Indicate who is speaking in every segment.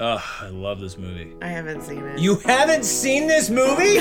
Speaker 1: Ugh, I love this movie.
Speaker 2: I haven't seen it.
Speaker 3: You haven't seen this movie?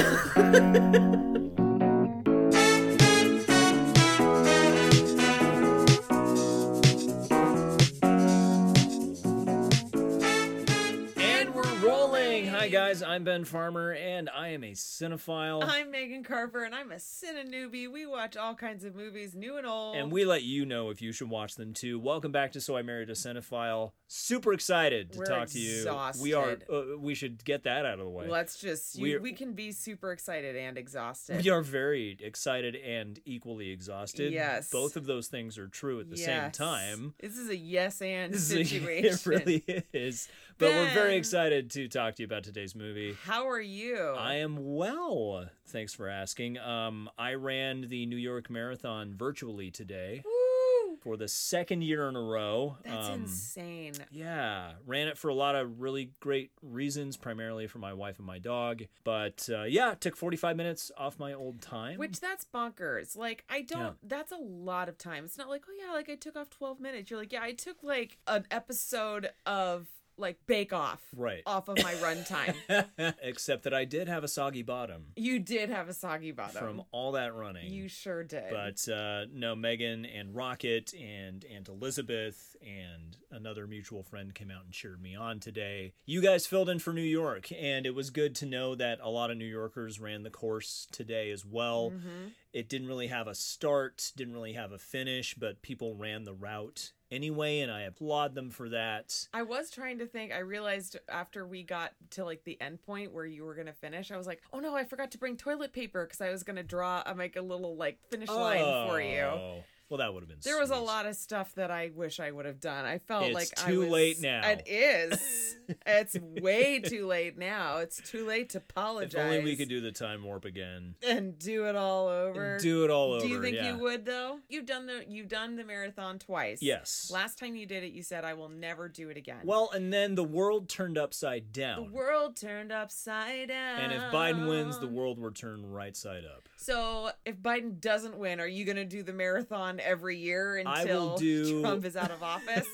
Speaker 3: and we're rolling. Hi, guys. I'm Ben Farmer, and I am a cinephile.
Speaker 2: I'm Megan Carver, and I'm a cine newbie. We watch all kinds of movies, new and old.
Speaker 3: and we let you know if you should watch them too. Welcome back to So I Married a Cinephile. Super excited to
Speaker 2: We're
Speaker 3: talk to you. We are. Uh, we should get that out of the way.
Speaker 2: let's just
Speaker 3: We're-
Speaker 2: you, we can be super excited and exhausted.
Speaker 3: We are very excited and equally exhausted.
Speaker 2: Yes.
Speaker 3: Both of those things are true at the same
Speaker 2: Yes.
Speaker 3: time.
Speaker 2: This is a yes and
Speaker 3: So,
Speaker 2: situation.
Speaker 3: It really is. But we're very
Speaker 2: Ben.
Speaker 3: excited to talk to you about today's movie.
Speaker 2: How are you?
Speaker 3: I am well. Thanks for asking. Um, I ran the New York Marathon virtually today
Speaker 2: Woo!
Speaker 3: for the second year in a row.
Speaker 2: That's
Speaker 3: Um,
Speaker 2: insane.
Speaker 3: Yeah, ran it for a lot of really great reasons, primarily for my wife and my dog. But uh, yeah, took 45 minutes off my old time.
Speaker 2: Which that's bonkers. Like I don't. That's a lot of time. It's not like oh yeah, like I took off twelve minutes. You're like yeah, I took like an episode of like Bake Off
Speaker 3: right.
Speaker 2: off of my run time.
Speaker 3: Except that I did have a soggy bottom
Speaker 2: you did have a soggy bottom.
Speaker 3: from all that running.
Speaker 2: you sure did.
Speaker 3: but uh, no, Megan and Rocket and Aunt Elizabeth and another mutual friend came out and cheered me on today. You guys filled in for New York, and it was good to know that a lot of New Yorkers ran the course today as well.
Speaker 2: Mhm.
Speaker 3: It didn't really have a start, didn't really have a finish, but people ran the route anyway, and I applaud them for that.
Speaker 2: I was trying to think. I realized after we got to like the end point where you were gonna finish, I was like, oh no, I forgot to bring toilet paper because I was gonna draw, uh, make a little like finish line for you.
Speaker 3: Oh, Well, that would have been.
Speaker 2: There was a
Speaker 3: sweet.
Speaker 2: lot of stuff that I wish I would have done. I felt
Speaker 3: It's
Speaker 2: like I
Speaker 3: too
Speaker 2: was,
Speaker 3: late now.
Speaker 2: It is. it's way too late now. It's too late to apologize.
Speaker 3: If only we could do the time warp again.
Speaker 2: and do it all over.
Speaker 3: Do it all over.
Speaker 2: Do you think
Speaker 3: yeah.
Speaker 2: you would though? You've done the you've done the marathon twice.
Speaker 3: Yes.
Speaker 2: Last time you did it, you said I will never do it again.
Speaker 3: Well, and then the world turned upside down.
Speaker 2: the world turned upside down.
Speaker 3: and if Biden wins, the world will turn right side up.
Speaker 2: So if Biden doesn't win, are you going to do the marathon every year until
Speaker 3: I will do-
Speaker 2: Trump is out of office?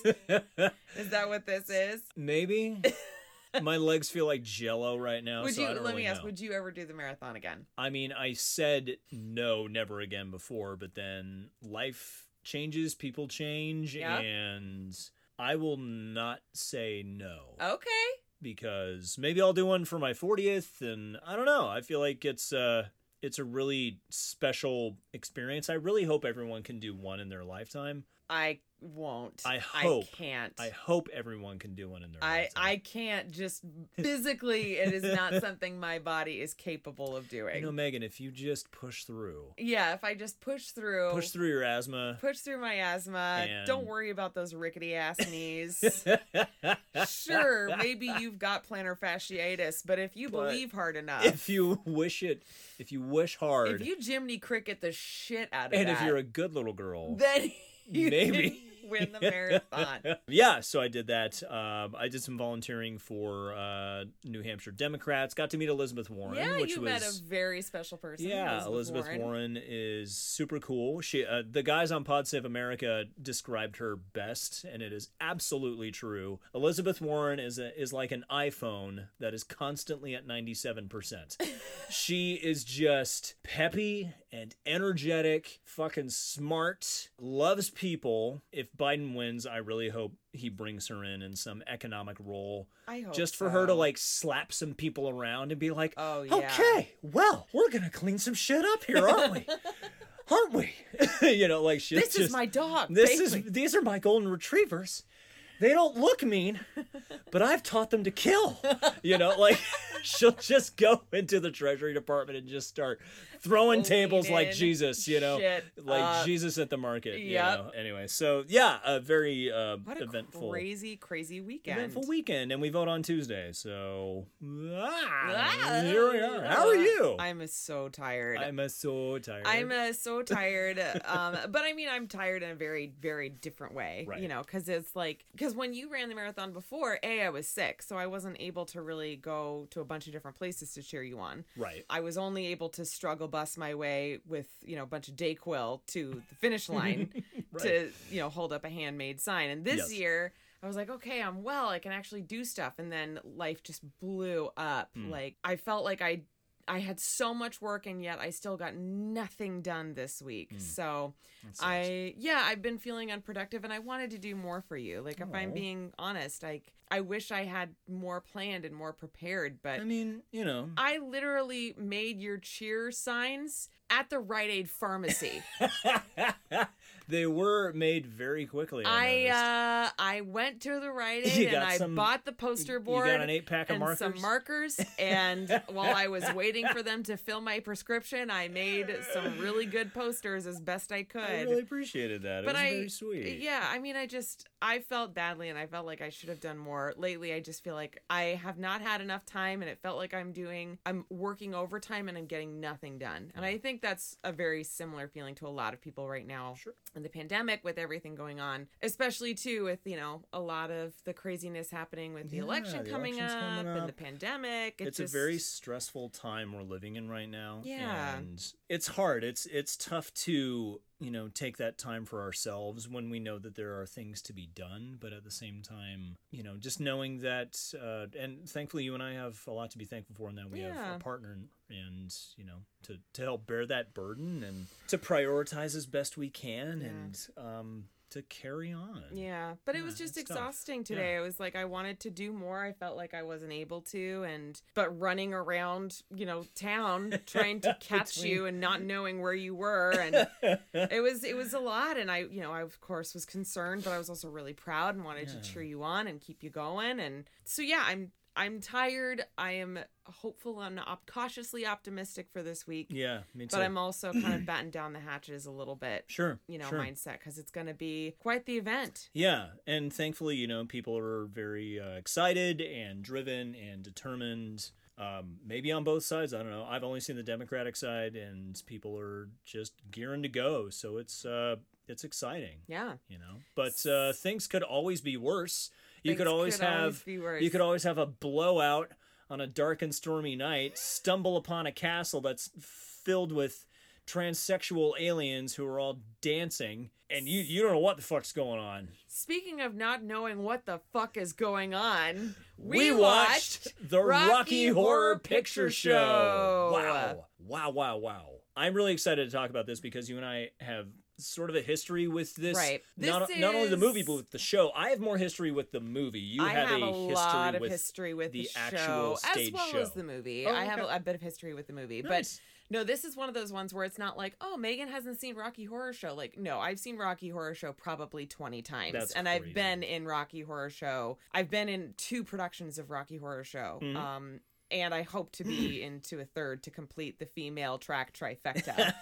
Speaker 2: is that what this is?
Speaker 3: Maybe. My legs feel like jello right now.
Speaker 2: would
Speaker 3: so
Speaker 2: you
Speaker 3: I
Speaker 2: let
Speaker 3: don't
Speaker 2: me
Speaker 3: really
Speaker 2: ask?
Speaker 3: know.
Speaker 2: Would you ever do the marathon again?
Speaker 3: I mean, I said no, never again before, but then life changes, people change,
Speaker 2: Yeah.
Speaker 3: and I will not say no
Speaker 2: Okay.
Speaker 3: because maybe I'll do one for my 40th, and I don't know. I feel like it's uh it's a really special experience. I really hope everyone can do one in their lifetime.
Speaker 2: I won't.
Speaker 3: I hope-
Speaker 2: I can't.
Speaker 3: I hope everyone can do one in their
Speaker 2: I,
Speaker 3: lifetime.
Speaker 2: I can't just physically it is not something my body is capable of doing.
Speaker 3: You know, Megan, if you just push through,
Speaker 2: yeah, if I just push through
Speaker 3: push through your asthma.
Speaker 2: push through my asthma.
Speaker 3: And-
Speaker 2: Don't worry about those rickety ass knees. sure, maybe you've got plantar fasciitis, but if you
Speaker 3: But
Speaker 2: believe hard enough, if,
Speaker 3: if you wish it, if you wish hard,
Speaker 2: you Jiminy cricket the shit out of
Speaker 3: and
Speaker 2: that,
Speaker 3: if you're a good little girl,
Speaker 2: then you
Speaker 3: Maybe.
Speaker 2: can win the marathon.
Speaker 3: yeah. So I did that. Um, I did some volunteering for uh, New Hampshire Democrats. Got to meet Elizabeth Warren,
Speaker 2: yeah,
Speaker 3: which
Speaker 2: you
Speaker 3: was
Speaker 2: met a very special person.
Speaker 3: Yeah, Elizabeth, Warren. is super cool. She, uh, the guys on Pod Save America described her best, and it is absolutely true. Elizabeth Warren is a, is like an iPhone that is constantly at ninety seven percent. She is just peppy and energetic, fucking smart, loves people. If Biden wins, I really hope he brings her in in some economic role,
Speaker 2: I hope
Speaker 3: just for her to
Speaker 2: so.
Speaker 3: like slap some people around and be like,
Speaker 2: Oh yeah.
Speaker 3: Okay, well, we're gonna clean some shit up here, aren't we? aren't we? you know, like shit.
Speaker 2: This
Speaker 3: just,
Speaker 2: is my dog.
Speaker 3: This
Speaker 2: basically.
Speaker 3: is these are my golden retrievers. They don't look mean, but I've taught them to kill. You know, like she'll just go into the Treasury Department and just start throwing tables like
Speaker 2: Cleaning
Speaker 3: Jesus. You know,
Speaker 2: shit
Speaker 3: like
Speaker 2: up.
Speaker 3: Jesus at the market. You
Speaker 2: Yep.
Speaker 3: know? Anyway, so yeah, a very uh,
Speaker 2: what a
Speaker 3: eventful.
Speaker 2: crazy, crazy weekend.
Speaker 3: Eventful weekend, and we vote on Tuesday. So ah,
Speaker 2: Ah.
Speaker 3: here we are. How are you?
Speaker 2: I'm so tired.
Speaker 3: I'm a so tired.
Speaker 2: I'm uh, so tired, um, but I mean, I'm tired in a very, very different way,
Speaker 3: Right.
Speaker 2: you know, because it's like, because when you ran the marathon before, A, I was sick, so I wasn't able to really go to a bunch of different places to cheer you on.
Speaker 3: right.
Speaker 2: I was only able to struggle bus my way with, you know, a bunch of Dayquil to the finish line
Speaker 3: Right.
Speaker 2: to, you know, hold up a handmade sign. And this
Speaker 3: Yes.
Speaker 2: year, I was like, okay, I'm well. I can actually do stuff. And then life just blew up.
Speaker 3: Hmm.
Speaker 2: Like I felt like I I had so much work and yet I still got nothing done this week.
Speaker 3: Hmm.
Speaker 2: So
Speaker 3: That sucks.
Speaker 2: I yeah, I've been feeling unproductive and I wanted to do more for you. Like if I'm
Speaker 3: Aw.
Speaker 2: being honest, like I wish I had more planned and more prepared, but
Speaker 3: I mean, you know,
Speaker 2: I literally made your cheer signs at the Rite Aid pharmacy.
Speaker 3: they were made very quickly. noticed.
Speaker 2: I uh, I went to the Rite
Speaker 3: You
Speaker 2: Aid and
Speaker 3: got
Speaker 2: I
Speaker 3: some-
Speaker 2: bought the poster board
Speaker 3: you got an eight pack of
Speaker 2: and
Speaker 3: markers.
Speaker 2: some markers. And while I was waiting for them to fill my prescription, I made some really good posters as best I could.
Speaker 3: I really appreciated that.
Speaker 2: But
Speaker 3: it was
Speaker 2: I-
Speaker 3: very sweet.
Speaker 2: Yeah, I mean, I just I felt badly, and I felt like I should have done more lately. I just feel like I have not had enough time, and it felt like I'm doing I'm working overtime, and I'm getting nothing done. And I
Speaker 3: Mm.
Speaker 2: think that's a very similar feeling to a lot of people right now
Speaker 3: Sure.
Speaker 2: in the pandemic with everything going on, especially too with you know a lot of the craziness happening with the
Speaker 3: Yeah,
Speaker 2: election
Speaker 3: the
Speaker 2: coming up,
Speaker 3: election's coming
Speaker 2: and the
Speaker 3: up.
Speaker 2: pandemic. It
Speaker 3: it's
Speaker 2: just-
Speaker 3: a very stressful time we're living in right now
Speaker 2: Yeah.
Speaker 3: and it's hard it's it's tough to you know take that time for ourselves when we know that there are things to be done but at the same time you know just knowing that uh, and thankfully you and i have a lot to be thankful for in that we have
Speaker 2: Yeah.
Speaker 3: a partner and you know to to help bear that burden and to prioritize as best we can
Speaker 2: Yeah.
Speaker 3: and um to carry on
Speaker 2: Yeah, but it
Speaker 3: Yeah,
Speaker 2: was just
Speaker 3: it's tough.
Speaker 2: exhausting
Speaker 3: Yeah.
Speaker 2: today. I was like I wanted to do more. I felt like I wasn't able to and but running around, you know, town trying to catch you and not knowing where you were and it was it was a lot and I, you know, I of course was concerned, but I was also really proud and wanted
Speaker 3: Yeah.
Speaker 2: to cheer you on and keep you going and so yeah, I'm I'm tired. I am hopeful and op- cautiously optimistic for this week,
Speaker 3: yeah me too
Speaker 2: but I'm also kind of batting down the hatches a little bit.
Speaker 3: sure
Speaker 2: You know, mindset
Speaker 3: sure.
Speaker 2: 'cause mindset because it's going to be quite the event.
Speaker 3: Yeah, and thankfully, you know, people are very uh, excited and driven and determined. Um, maybe on both sides, I don't know. I've only seen the Democratic side, and people are just gearing to go. So it's uh, it's exciting,
Speaker 2: Yeah.
Speaker 3: you know. But uh, things could always be worse. You could
Speaker 2: Things
Speaker 3: always have
Speaker 2: be worse.
Speaker 3: you could always have a blowout on a dark and stormy night, stumble upon a castle that's filled with transsexual aliens who are all dancing, and you you don't know what the fuck's going on.
Speaker 2: Speaking of not knowing what the fuck is going on,
Speaker 3: We watched the Rocky,
Speaker 2: Rocky
Speaker 3: Horror
Speaker 2: Horror
Speaker 3: Picture
Speaker 2: Picture
Speaker 3: Show.
Speaker 2: Show.
Speaker 3: Wow. Wow, wow, wow. I'm really excited to talk about this because you and I have sort of a history with this.
Speaker 2: Right.
Speaker 3: not,
Speaker 2: This
Speaker 3: not only the movie,
Speaker 2: is-
Speaker 3: but with the show. I have more history with the movie. You
Speaker 2: I have,
Speaker 3: a,
Speaker 2: a,
Speaker 3: history
Speaker 2: lot of
Speaker 3: with
Speaker 2: history with
Speaker 3: the
Speaker 2: the,
Speaker 3: actual
Speaker 2: show
Speaker 3: stage
Speaker 2: as well as
Speaker 3: show.
Speaker 2: the movie.
Speaker 3: Oh,
Speaker 2: I have a,
Speaker 3: okay.
Speaker 2: a bit of history with the movie,
Speaker 3: Nice.
Speaker 2: but no, this is one of those ones where it's not like, oh, Megan hasn't seen Rocky Horror Show. Like, no, I've seen Rocky Horror Show probably twenty times,
Speaker 3: That's
Speaker 2: and
Speaker 3: crazy.
Speaker 2: I've been in Rocky Horror Show. I've been in two productions of Rocky Horror Show.
Speaker 3: Mhm.
Speaker 2: Um. And I hope to be into a third to complete the female track trifecta.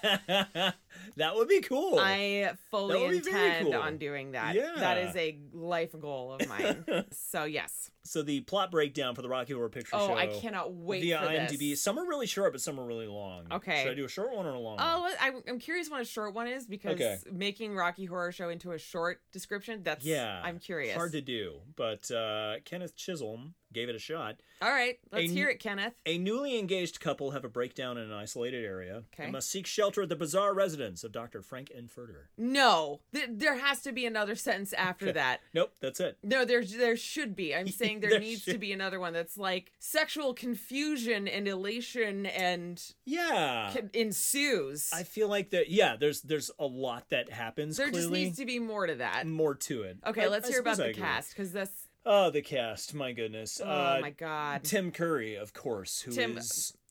Speaker 3: that would be cool.
Speaker 2: I fully
Speaker 3: would be very
Speaker 2: intend
Speaker 3: cool.
Speaker 2: on doing that.
Speaker 3: Yeah.
Speaker 2: That is a life goal of mine. so yes.
Speaker 3: So the plot breakdown for the Rocky Horror Picture
Speaker 2: Oh,
Speaker 3: Show.
Speaker 2: I cannot wait
Speaker 3: Via
Speaker 2: for
Speaker 3: IMDb.
Speaker 2: this.
Speaker 3: Some are really short, but some are really long.
Speaker 2: Okay.
Speaker 3: Should I do a short one or a long one?
Speaker 2: Oh, let- I, I'm curious what a short one is because
Speaker 3: Okay.
Speaker 2: making Rocky Horror Show into a short description, that's
Speaker 3: Yeah,
Speaker 2: I'm curious.
Speaker 3: Hard to do, but uh, Kenneth Chisholm gave it a shot.
Speaker 2: All right, let's
Speaker 3: A-
Speaker 2: hear it, Kenneth.
Speaker 3: A newly engaged couple have a breakdown in an isolated area
Speaker 2: Okay.
Speaker 3: and must seek shelter at the bizarre residence of Dr. Frank Inferter.
Speaker 2: No, th- there has to be another sentence after
Speaker 3: Okay.
Speaker 2: that.
Speaker 3: Nope, that's it.
Speaker 2: No, there there should be. I'm saying there,
Speaker 3: There
Speaker 2: needs to
Speaker 3: should-
Speaker 2: be another one that's like sexual confusion and elation and
Speaker 3: Yeah.
Speaker 2: con- ensues.
Speaker 3: Uh, I feel like that yeah, there's there's a lot that happens
Speaker 2: there just
Speaker 3: clearly.
Speaker 2: needs to be more to that.
Speaker 3: more to it.
Speaker 2: Okay,
Speaker 3: I-
Speaker 2: let's
Speaker 3: I
Speaker 2: hear about
Speaker 3: suppose I
Speaker 2: the
Speaker 3: agree.
Speaker 2: cast because that's
Speaker 3: Oh, the cast, my goodness.
Speaker 2: oh
Speaker 3: uh,
Speaker 2: my god.
Speaker 3: Tim Curry, of course, who is
Speaker 2: Tim-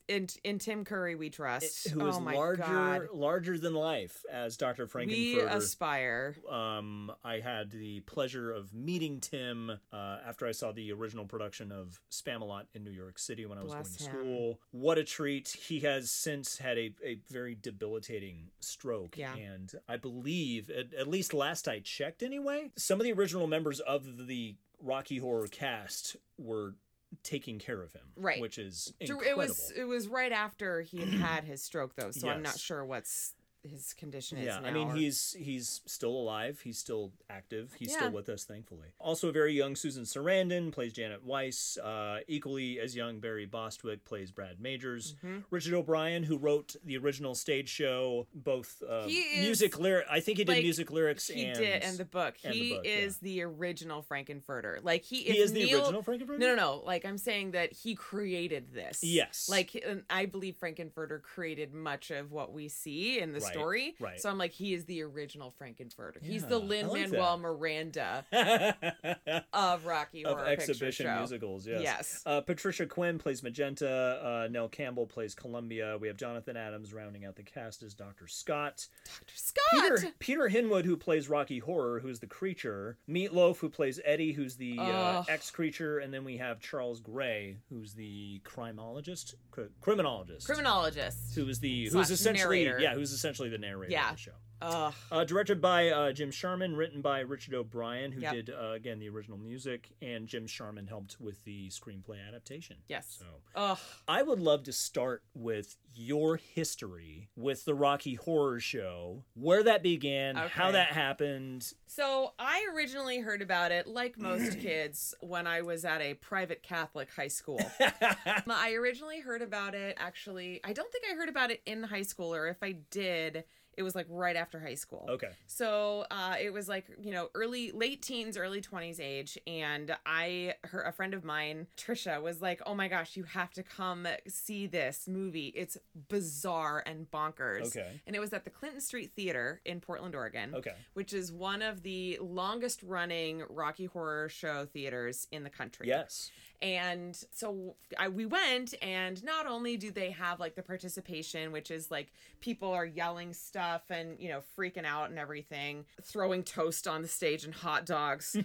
Speaker 2: in in Tim Curry we trust.
Speaker 3: who
Speaker 2: oh
Speaker 3: is
Speaker 2: my
Speaker 3: larger
Speaker 2: god.
Speaker 3: larger than life as Dr.
Speaker 2: We
Speaker 3: Frankenfurter.
Speaker 2: aspire.
Speaker 3: um, I had the pleasure of meeting Tim uh, after I saw the original production of Spamalot in New York City when I was
Speaker 2: Bless
Speaker 3: going to
Speaker 2: him.
Speaker 3: school. What a treat! He has since had a, a very debilitating stroke,
Speaker 2: Yeah.
Speaker 3: and I believe, at, at least last I checked, anyway, some of the original members of the Rocky Horror cast were taking care of him,
Speaker 2: Right.
Speaker 3: Which is
Speaker 2: Dr-
Speaker 3: incredible.
Speaker 2: It was it was right after he had had his stroke though, so I'm not
Speaker 3: Yes.
Speaker 2: sure what's his condition is
Speaker 3: Yeah,
Speaker 2: now.
Speaker 3: I mean
Speaker 2: or-
Speaker 3: he's he's still alive. He's still active. He's
Speaker 2: Yeah.
Speaker 3: still with us, thankfully. Also, very young Susan Sarandon plays Janet Weiss. Uh, equally as young Barry Bostwick plays Brad Majors.
Speaker 2: Mm. Mm-hmm.
Speaker 3: Richard O'Brien, who wrote the original stage show, both uh,
Speaker 2: He is-
Speaker 3: music lyric. I think he did
Speaker 2: like,
Speaker 3: music lyrics.
Speaker 2: he
Speaker 3: and,
Speaker 2: did and the book.
Speaker 3: and the
Speaker 2: he
Speaker 3: book,
Speaker 2: is the original Frankenfurter. Like he,
Speaker 3: he
Speaker 2: if
Speaker 3: is the
Speaker 2: Neil-
Speaker 3: original Frankenfurter.
Speaker 2: No, no, no. Like I'm saying that he created this.
Speaker 3: Yes.
Speaker 2: Like and I believe Frankenfurter created much of what we see in the
Speaker 3: Right,
Speaker 2: story.
Speaker 3: right.
Speaker 2: So I'm like, he is the original Frankenfurter. He's the
Speaker 3: Yeah, I
Speaker 2: Lin
Speaker 3: like
Speaker 2: Manuel
Speaker 3: that.
Speaker 2: Miranda
Speaker 3: no.
Speaker 2: of Rocky
Speaker 3: of
Speaker 2: Horror
Speaker 3: exhibition
Speaker 2: Picture Show.
Speaker 3: musicals. Yes.
Speaker 2: Yes.
Speaker 3: Uh, Patricia Quinn plays Magenta. Uh, Nell Campbell plays Columbia. We have Jonathan Adams rounding out the cast as Dr. Scott.
Speaker 2: Dr. Scott.
Speaker 3: Peter, Peter Hinwood, who plays Rocky Horror, who's the creature. Meatloaf, who plays Eddie, who's the uh,
Speaker 2: Ugh.
Speaker 3: ex creature. And then we have Charles Gray, who's the criminologist. Cr- criminologist.
Speaker 2: Criminologist.
Speaker 3: Who is the
Speaker 2: Slash
Speaker 3: who's essentially
Speaker 2: narrator.
Speaker 3: yeah who's essentially the narrator
Speaker 2: Yeah.
Speaker 3: of the show.
Speaker 2: Ugh.
Speaker 3: Uh, directed by uh, Jim Sharman, written by Richard O'Brien, who
Speaker 2: Yep.
Speaker 3: did uh, again the original music, and Jim Sharman helped with the screenplay adaptation.
Speaker 2: Yes.
Speaker 3: So
Speaker 2: Ugh.
Speaker 3: I would love to start with your history with the Rocky Horror Show, where that began, how
Speaker 2: Okay.
Speaker 3: that happened.
Speaker 2: So I originally heard about it, like most kids, when I was at a private Catholic high school. Um, I originally heard about it actually, I don't think I heard about it in high school, or if I did, it was like right after high school.
Speaker 3: Okay.
Speaker 2: So uh, it was like you know early late teens, early twenties age, and I her a friend of mine, Trisha, was like, "Oh my gosh, you have to come see this movie. It's bizarre and bonkers."
Speaker 3: Okay.
Speaker 2: And it was at the Clinton Street Theater in Portland, Oregon,
Speaker 3: Okay.
Speaker 2: which is one of the longest running Rocky Horror Show theaters in the country.
Speaker 3: Yes.
Speaker 2: And so I, we went, and not only do they have like the participation, which is like people are yelling stuff and, you know, freaking out and everything, throwing toast on the stage and hot dogs,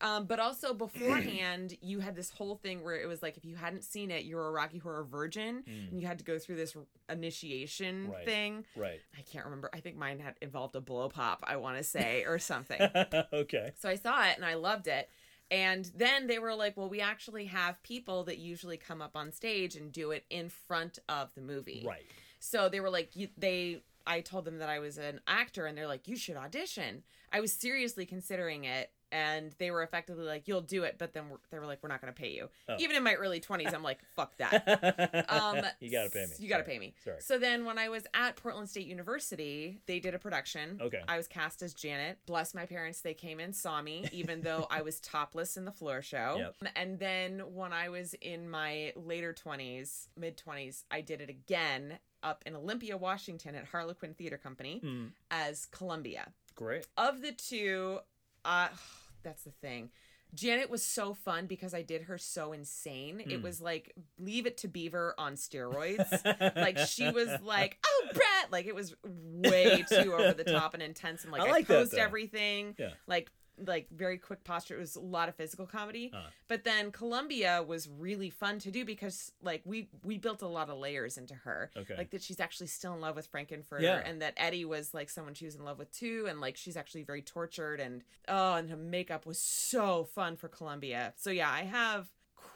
Speaker 2: um, but also beforehand, you had this whole thing where it was like if you hadn't seen it, you were a Rocky Horror virgin
Speaker 3: Mm,
Speaker 2: and you had to go through this initiation
Speaker 3: Right.
Speaker 2: thing.
Speaker 3: right.
Speaker 2: I can't remember. I think mine had involved a blow pop, I want to say, or something.
Speaker 3: okay.
Speaker 2: So I saw it and I loved it. And then they were like, well, we actually have people that usually come up on stage and do it in front of the movie.
Speaker 3: Right.
Speaker 2: So they were like, you, they, I told them that I was an actor and they're like, you should audition. I was seriously considering it. And they were effectively like, you'll do it. But then we're, they were like, we're not going to pay you.
Speaker 3: Oh.
Speaker 2: Even in my early 20s, I'm like, fuck that. Um,
Speaker 3: you gotta pay me.
Speaker 2: You got
Speaker 3: Sorry.
Speaker 2: to pay me.
Speaker 3: Sorry.
Speaker 2: So then when I was at Portland State University, they did a production.
Speaker 3: Okay.
Speaker 2: I was cast as Janet. Bless my parents, they came and saw me, even though I was topless in the floor show.
Speaker 3: Yep.
Speaker 2: And then when I was in my later 20s, mid 20s, I did it again up in Olympia, Washington at Harlequin Theater Company
Speaker 3: Mm,
Speaker 2: as Columbia.
Speaker 3: great.
Speaker 2: Of the two, uh, that's the thing. Janet was so fun because I did her so insane. It
Speaker 3: Mm.
Speaker 2: was like Leave It to Beaver on steroids like she was like, "Oh, Brett!" Like it was way too over the top and intense, and like
Speaker 3: I
Speaker 2: I,
Speaker 3: like that,
Speaker 2: posed
Speaker 3: though.
Speaker 2: everything,
Speaker 3: Yeah.
Speaker 2: like like very quick posture. It was a lot of physical comedy,
Speaker 3: Uh-huh.
Speaker 2: but then Columbia was really fun to do because like we we built a lot of layers into her,
Speaker 3: Okay.
Speaker 2: like that she's actually still in love with Frankenfurter,
Speaker 3: Yeah.
Speaker 2: and that Eddie was like someone she was in love with too, and like she's actually very tortured, and oh, and her makeup was so fun for Columbia. So yeah, I have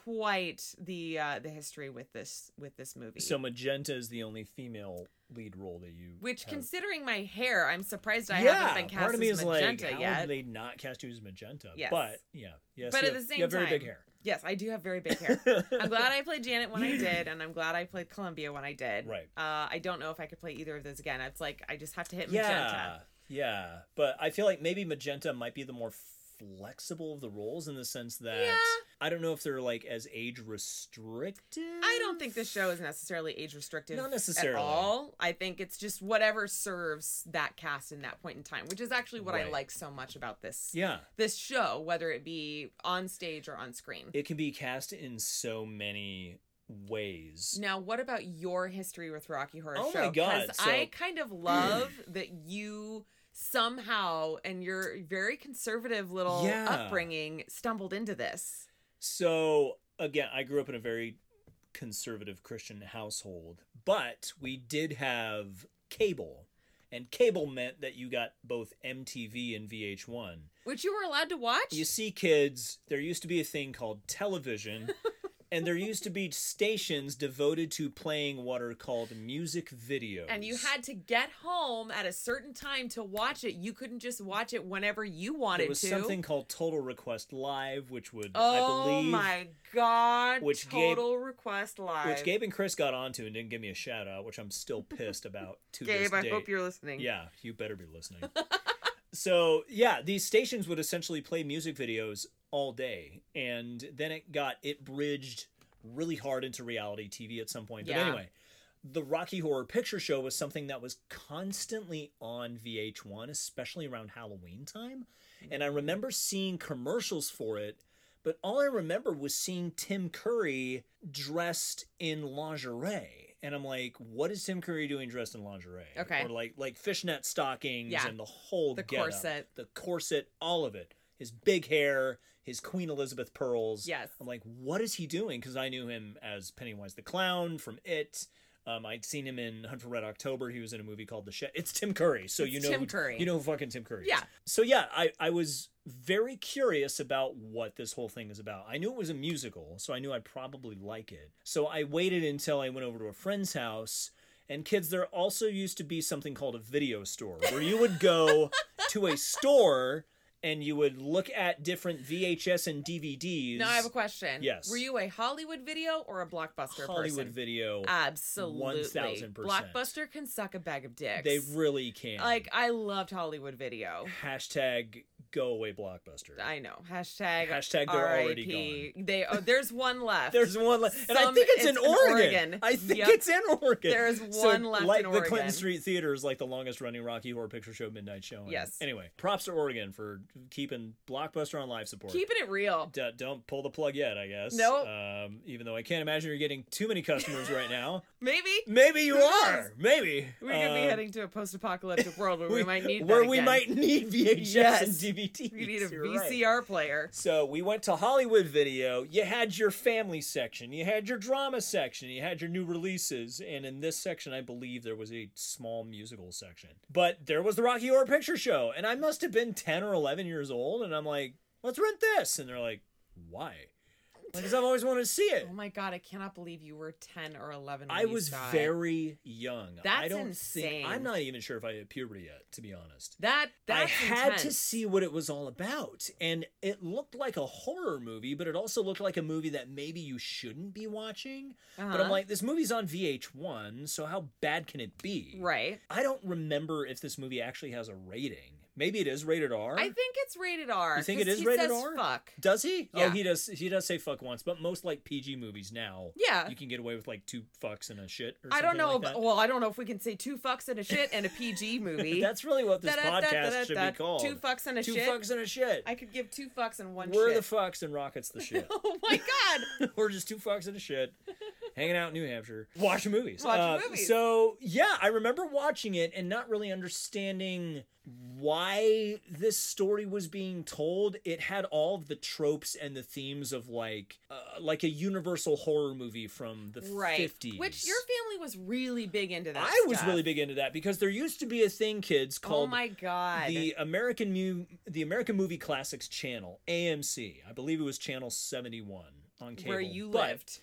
Speaker 2: quite the uh the history with this with this movie
Speaker 3: so Magenta is the only female lead role that you
Speaker 2: which,
Speaker 3: have.
Speaker 2: considering my hair, I'm surprised I haven't been cast
Speaker 3: Oh. part of me
Speaker 2: as
Speaker 3: is
Speaker 2: magenta
Speaker 3: like, how
Speaker 2: yet.
Speaker 3: would they not cast you as magenta?
Speaker 2: Yes.
Speaker 3: But yeah, yes.
Speaker 2: But
Speaker 3: you
Speaker 2: at
Speaker 3: have-
Speaker 2: the same
Speaker 3: you have very big
Speaker 2: time,
Speaker 3: hair.
Speaker 2: Yes, I do have very big hair. I'm glad I played Janet when I did, and I'm glad I played Columbia when I did.
Speaker 3: Right.
Speaker 2: Uh, I don't know if I could play either of those again. It's like I just have to hit
Speaker 3: yeah,
Speaker 2: magenta.
Speaker 3: yeah. But I feel like maybe magenta might be the more flexible of the roles in the sense that
Speaker 2: Yeah.
Speaker 3: I don't know if they're like as age restricted.
Speaker 2: I don't think this show is necessarily age restrictive.
Speaker 3: Not necessarily.
Speaker 2: At all. I think it's just whatever serves that cast in that point in time, which is actually what I
Speaker 3: Right.
Speaker 2: like so much about this
Speaker 3: Yeah,
Speaker 2: this show, whether it be on stage or on screen.
Speaker 3: it can be cast in so many ways.
Speaker 2: Now, what about your history with Rocky Horror
Speaker 3: Oh my
Speaker 2: Show?
Speaker 3: God,
Speaker 2: 'Cause
Speaker 3: so-
Speaker 2: I kind of love that you somehow and your very conservative little
Speaker 3: Yeah.
Speaker 2: upbringing stumbled into this.
Speaker 3: So again, I grew up in a very conservative Christian household, but we did have cable. And cable meant that you got both MTV and VH1.
Speaker 2: Which you were allowed to watch?
Speaker 3: You see, kids, there used to be a thing called television, and there used to be stations devoted to playing what are called music videos.
Speaker 2: And you had to get home at a certain time to watch it. You couldn't just watch it whenever you wanted
Speaker 3: There was
Speaker 2: to.
Speaker 3: something called Total Request Live, which would
Speaker 2: oh
Speaker 3: I believe
Speaker 2: my god!
Speaker 3: which gave-
Speaker 2: total request live.
Speaker 3: which Gabe and Chris got onto and didn't give me a shout out, which I'm still pissed about to this
Speaker 2: Gabe, I
Speaker 3: day.
Speaker 2: hope you're listening.
Speaker 3: Yeah, you better be listening. so, yeah, these stations would essentially play music videos all day. And then it got, it bridged really hard into reality TV at some point. But
Speaker 2: Yeah.
Speaker 3: anyway, the Rocky Horror Picture Show was something that was constantly on VH1, especially around Halloween time. And I remember seeing commercials for it. But all I remember was seeing Tim Curry dressed in lingerie. And I'm like, what is Tim Curry doing dressed in lingerie?
Speaker 2: Okay.
Speaker 3: Or like like fishnet stockings
Speaker 2: Yeah.
Speaker 3: and the whole
Speaker 2: The
Speaker 3: getup.
Speaker 2: corset.
Speaker 3: The corset, all of it. His big hair, his Queen Elizabeth pearls.
Speaker 2: Yes.
Speaker 3: I'm like, what is he doing? Because I knew him as Pennywise the Clown from It. Um, I'd seen him in Hunt for Red October. He was in a movie called The Shed. It's Tim Curry, so
Speaker 2: It's
Speaker 3: you know
Speaker 2: Tim
Speaker 3: who,
Speaker 2: Curry.
Speaker 3: You know who fucking Tim Curry. is.
Speaker 2: Yeah.
Speaker 3: So yeah, I I was very curious about what this whole thing is about. I knew it was a musical, so I knew I'd probably like it. So I waited until I went over to a friend's house. And kids, there also used to be something called a video store where you would go to a store and you would look at different VHS and DVDs.
Speaker 2: Now I have a question.
Speaker 3: Yes.
Speaker 2: Were you a Hollywood video or a blockbuster
Speaker 3: Hollywood
Speaker 2: person?
Speaker 3: video.
Speaker 2: Absolutely.
Speaker 3: 1000%.
Speaker 2: Blockbuster can suck a bag of dicks.
Speaker 3: They really can.
Speaker 2: like I loved Hollywood video.
Speaker 3: hashtag go away blockbuster.
Speaker 2: I know. Hashtag.
Speaker 3: Hashtag they're already
Speaker 2: RIP. They. Oh, there's one left.
Speaker 3: There's one left, and I
Speaker 2: Some-
Speaker 3: think it's, in,
Speaker 2: it's in
Speaker 3: Oregon.
Speaker 2: Oregon.
Speaker 3: I think
Speaker 2: Yep.
Speaker 3: it's in Oregon.
Speaker 2: There's
Speaker 3: So,
Speaker 2: one left
Speaker 3: Like
Speaker 2: in
Speaker 3: the
Speaker 2: Oregon.
Speaker 3: Clinton Street Theater is like the longest running Rocky Horror Picture Show midnight showing.
Speaker 2: Yes.
Speaker 3: Anyway, props to Oregon for keeping blockbuster on life support.
Speaker 2: Keeping it real.
Speaker 3: D- don't pull the plug yet, I guess.
Speaker 2: Nope.
Speaker 3: Um, even though I can't imagine you're getting too many customers right now.
Speaker 2: Maybe
Speaker 3: Maybe you
Speaker 2: Who
Speaker 3: are.
Speaker 2: knows?
Speaker 3: Maybe
Speaker 2: we could be
Speaker 3: Um,
Speaker 2: heading to a post-apocalyptic world where we, might need.
Speaker 3: where
Speaker 2: that
Speaker 3: we
Speaker 2: again.
Speaker 3: might need VHS and
Speaker 2: Yes.
Speaker 3: DVDs.
Speaker 2: We need a
Speaker 3: You're right.
Speaker 2: VCR player.
Speaker 3: So we went to Hollywood Video. You had your family section, you had your drama section, you had your new releases, and in this section, I believe there was a small musical section. But there was the Rocky Horror Picture Show, and I must have been ten or eleven years old, and I'm like, let's rent this, and they're like, why? Because I've always wanted to see it.
Speaker 2: Oh my god! I cannot believe you were ten or eleven. When
Speaker 3: I
Speaker 2: you
Speaker 3: was
Speaker 2: saw it.
Speaker 3: very young. I
Speaker 2: That's
Speaker 3: don't
Speaker 2: insane.
Speaker 3: think I'm not even sure if I hit puberty yet, to be honest.
Speaker 2: That that's
Speaker 3: I had to
Speaker 2: intense.
Speaker 3: see what it was all about. And it looked like a horror movie, but it also looked like a movie that maybe you shouldn't be watching. But I'm
Speaker 2: Uh-huh.
Speaker 3: like, this movie's on VH1, so how bad can it be?
Speaker 2: right.
Speaker 3: I don't remember if this movie actually has a rating. Maybe it is rated R.
Speaker 2: I think it's rated R.
Speaker 3: You think
Speaker 2: 'cause
Speaker 3: it is
Speaker 2: he
Speaker 3: rated
Speaker 2: says
Speaker 3: R?
Speaker 2: Fuck.
Speaker 3: does he? Oh,
Speaker 2: Yeah.
Speaker 3: he does. He does say fuck once, but most like PG movies now,
Speaker 2: Yeah.
Speaker 3: you can get away with like two fucks and a shit. Or
Speaker 2: I don't
Speaker 3: something
Speaker 2: know.
Speaker 3: like
Speaker 2: about-
Speaker 3: that.
Speaker 2: well, I don't know if we can say two fucks and a shit and a PG movie.
Speaker 3: That's really what this
Speaker 2: Da-da-da-da-da-da.
Speaker 3: podcast should be called.
Speaker 2: Two fucks and a
Speaker 3: Two
Speaker 2: shit.
Speaker 3: fucks and a shit.
Speaker 2: I could give two fucks and one
Speaker 3: We're
Speaker 2: shit.
Speaker 3: the fucks and rockets the shit.
Speaker 2: oh my god!
Speaker 3: We're just two fucks in a shit, hanging out in New Hampshire, watching movies. Uh,
Speaker 2: Watching movies.
Speaker 3: So yeah, I remember watching it and not really understanding why this story was being told. It had all of the tropes and the themes of like uh, like a universal horror movie from the
Speaker 2: Right.
Speaker 3: 50s.
Speaker 2: Which your family was really big into that.
Speaker 3: I was
Speaker 2: stuff.
Speaker 3: really big into that because there used to be a thing, kids,
Speaker 2: Oh
Speaker 3: called
Speaker 2: my god!
Speaker 3: the American Mu- the American Movie Classics Channel AMC. I believe it was Channel 71 on cable.
Speaker 2: Where you
Speaker 3: But-
Speaker 2: lived.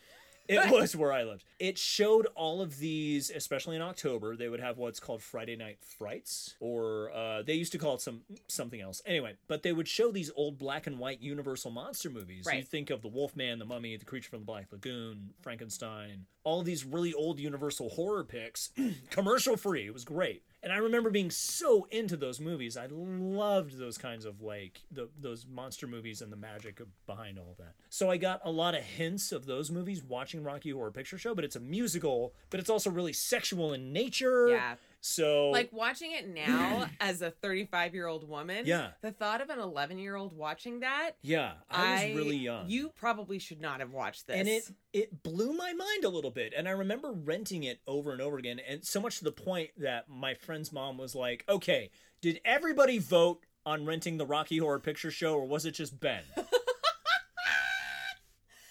Speaker 3: it was where I lived. It showed all of these, especially in October. They would have what's called Friday Night Frights, or uh, they used to call it some something else. Anyway, but they would show these old black and white Universal monster movies. You
Speaker 2: Right.
Speaker 3: think of the Wolfman, the Mummy, the Creature from the Black Lagoon, Frankenstein, all these really old Universal horror picks, commercial free. It was great. And I remember being so into those movies. I loved those kinds of like the, those monster movies and the magic of- behind all that. So I got a lot of hints of those movies watching Rocky Horror Picture Show, but it's a musical, but it's also really sexual in nature.
Speaker 2: Yeah.
Speaker 3: So
Speaker 2: Like watching it now as a 35 year old woman.
Speaker 3: Yeah.
Speaker 2: The thought of an 11 year old watching that.
Speaker 3: yeah, I was really young.
Speaker 2: You probably should not have watched this.
Speaker 3: and it it blew my mind a little bit and i remember renting it over and over again and so much to the point that my friend's mom was like okay did everybody vote on renting the rocky horror picture show or was it just ben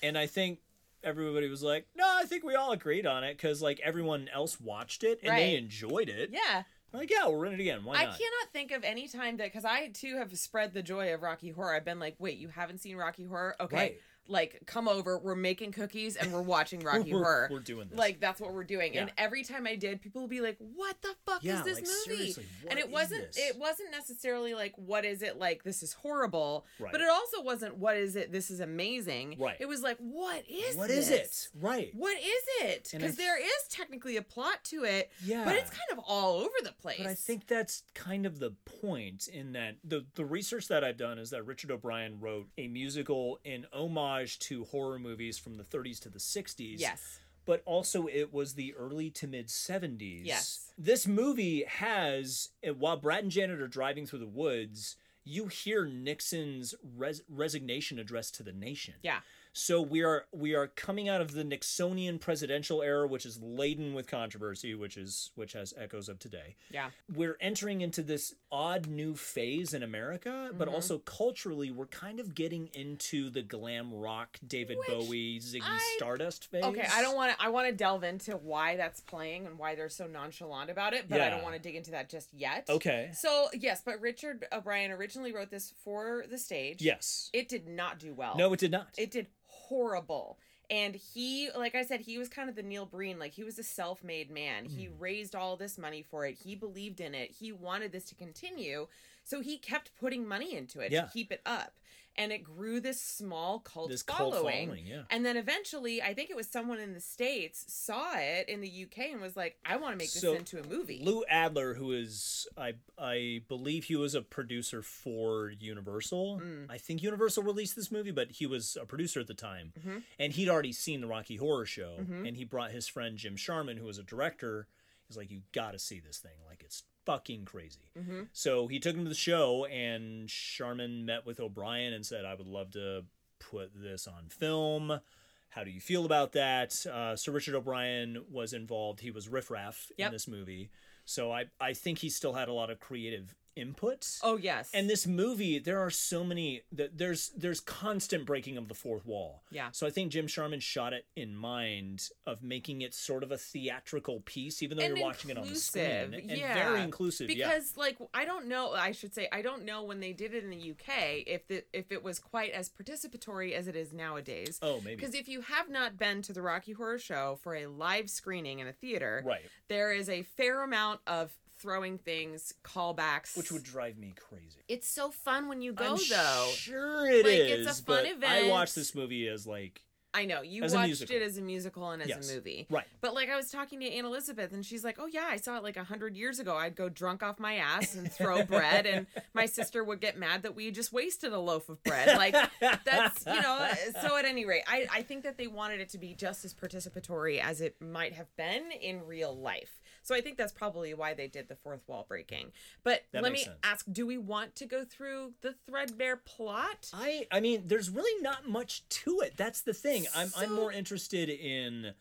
Speaker 3: and i think everybody was like no i think we all agreed on it because like everyone else watched it and they
Speaker 2: Right.
Speaker 3: enjoyed it
Speaker 2: Yeah.
Speaker 3: I'm like yeah we'll rent it again why
Speaker 2: I
Speaker 3: not
Speaker 2: cannot think of any time that because I too have spread the joy of Rocky Horror. I've been like, wait, you haven't seen Rocky Horror? Okay,
Speaker 3: Right.
Speaker 2: like come over we're making cookies and we're watching rocky
Speaker 3: we're,
Speaker 2: horror
Speaker 3: we're doing this.
Speaker 2: like that's what we're doing and
Speaker 3: Yeah.
Speaker 2: every time i did people would be like what the fuck
Speaker 3: yeah,
Speaker 2: is this
Speaker 3: like,
Speaker 2: movie
Speaker 3: seriously, what
Speaker 2: and it
Speaker 3: is
Speaker 2: wasn't
Speaker 3: this?
Speaker 2: it wasn't necessarily like what is it like this is horrible
Speaker 3: Right.
Speaker 2: but it also wasn't what is it this is amazing
Speaker 3: Right.
Speaker 2: it was like what is
Speaker 3: What
Speaker 2: this?
Speaker 3: is it? Right.
Speaker 2: what is it
Speaker 3: And I
Speaker 2: because there is technically a plot to it
Speaker 3: Yeah.
Speaker 2: but it's kind of all over the place
Speaker 3: But I think that's kind of the point in that the the research that I've done is that Richard O'Brien wrote a musical in homage to horror movies from the 30s to the 60s.
Speaker 2: yes
Speaker 3: But also it was the early to mid 70s.
Speaker 2: Yes.
Speaker 3: This movie has uh, while Brad and Janet are driving through the woods, you hear Nixon's res- resignation address to the nation.
Speaker 2: yeah
Speaker 3: So we are we are coming out of the Nixonian presidential era, which is laden with controversy, which is which has echoes of today
Speaker 2: yeah
Speaker 3: we're entering into this odd new phase in America, but
Speaker 2: Mhm.
Speaker 3: also culturally, we're kind of getting into the glam rock, David
Speaker 2: Which
Speaker 3: Bowie, Ziggy
Speaker 2: I-
Speaker 3: Stardust phase.
Speaker 2: okay i don't want to i want to delve into why that's playing and why they're so nonchalant about it but i don't
Speaker 3: Yeah.
Speaker 2: want to dig into that just yet
Speaker 3: Okay.
Speaker 2: so yes but richard o'brien originally wrote this for the stage
Speaker 3: Yes.
Speaker 2: it did not do well
Speaker 3: No, it did not.
Speaker 2: It did horrible. And he, like I said, he was kind of the Neil Breen. Like he was a self made man. He
Speaker 3: Mm.
Speaker 2: raised all this money for it. He believed in it. He wanted this to continue. So he kept putting money into it
Speaker 3: Yeah.
Speaker 2: to keep it up. And it grew this small cult
Speaker 3: this cult
Speaker 2: following.
Speaker 3: following, yeah.
Speaker 2: And then eventually, I think it was someone in the States saw it in the UK and was like, I want to make this
Speaker 3: So,
Speaker 2: into a movie.
Speaker 3: Lou Adler, who is I I believe he was a producer for Universal.
Speaker 2: Mm.
Speaker 3: I think Universal released this movie, but he was a producer at the time,
Speaker 2: Mhm.
Speaker 3: and he'd already seen the Rocky Horror Show,
Speaker 2: Mhm.
Speaker 3: and he brought his friend Jim Sharman, who was a director. He's like, you got to see this thing, like it's fucking crazy.
Speaker 2: hmm
Speaker 3: So he took him to the show, and Sharman met with O'Brien and said, I would love to put this on film. How do you feel about that? Uh, Sir Richard O'Brien was involved. He was riffraff
Speaker 2: Yep.
Speaker 3: in this movie. So I, I think he still had a lot of creative input.
Speaker 2: Oh, yes.
Speaker 3: And this movie, there are so many. th- There's there's constant breaking of the fourth wall.
Speaker 2: Yeah.
Speaker 3: So I think Jim Sharman shot it in mind of making it sort of a theatrical piece, even though
Speaker 2: And
Speaker 3: you're watching it on the screen,
Speaker 2: inclusive,
Speaker 3: and
Speaker 2: yeah.
Speaker 3: very inclusive. yeah.
Speaker 2: because like I don't know I should say I don't know when they did it in the UK if the if it was quite as participatory as it is nowadays
Speaker 3: Oh, maybe.
Speaker 2: because if you have not been to the Rocky Horror Show for a live screening in a theater
Speaker 3: Right.
Speaker 2: there is a fair amount of throwing things callbacks
Speaker 3: Which would drive me crazy.
Speaker 2: it's so fun when you go
Speaker 3: I'm
Speaker 2: though
Speaker 3: Sure it
Speaker 2: Like,
Speaker 3: is.
Speaker 2: it's a fun
Speaker 3: but I
Speaker 2: event.
Speaker 3: watched this movie as like
Speaker 2: I know you
Speaker 3: As a
Speaker 2: watched
Speaker 3: musical.
Speaker 2: it as a musical and as
Speaker 3: Yes.
Speaker 2: a movie
Speaker 3: right.
Speaker 2: But like I was talking to Aunt Elizabeth, and she's like, "Oh yeah, I saw it like a hundred years ago. I'd go drunk off my ass and throw bread, and my sister would get mad that we just wasted a loaf of bread. Like that's you know. So at any rate, I I think that they wanted it to be just as participatory as it might have been in real life. So I think that's probably why they did the fourth wall breaking. But
Speaker 3: That
Speaker 2: let me
Speaker 3: makes sense.
Speaker 2: ask: Do we want to go through the threadbare plot?
Speaker 3: I I mean, there's really not much to it. That's the thing. I'm I'm
Speaker 2: So-
Speaker 3: more interested in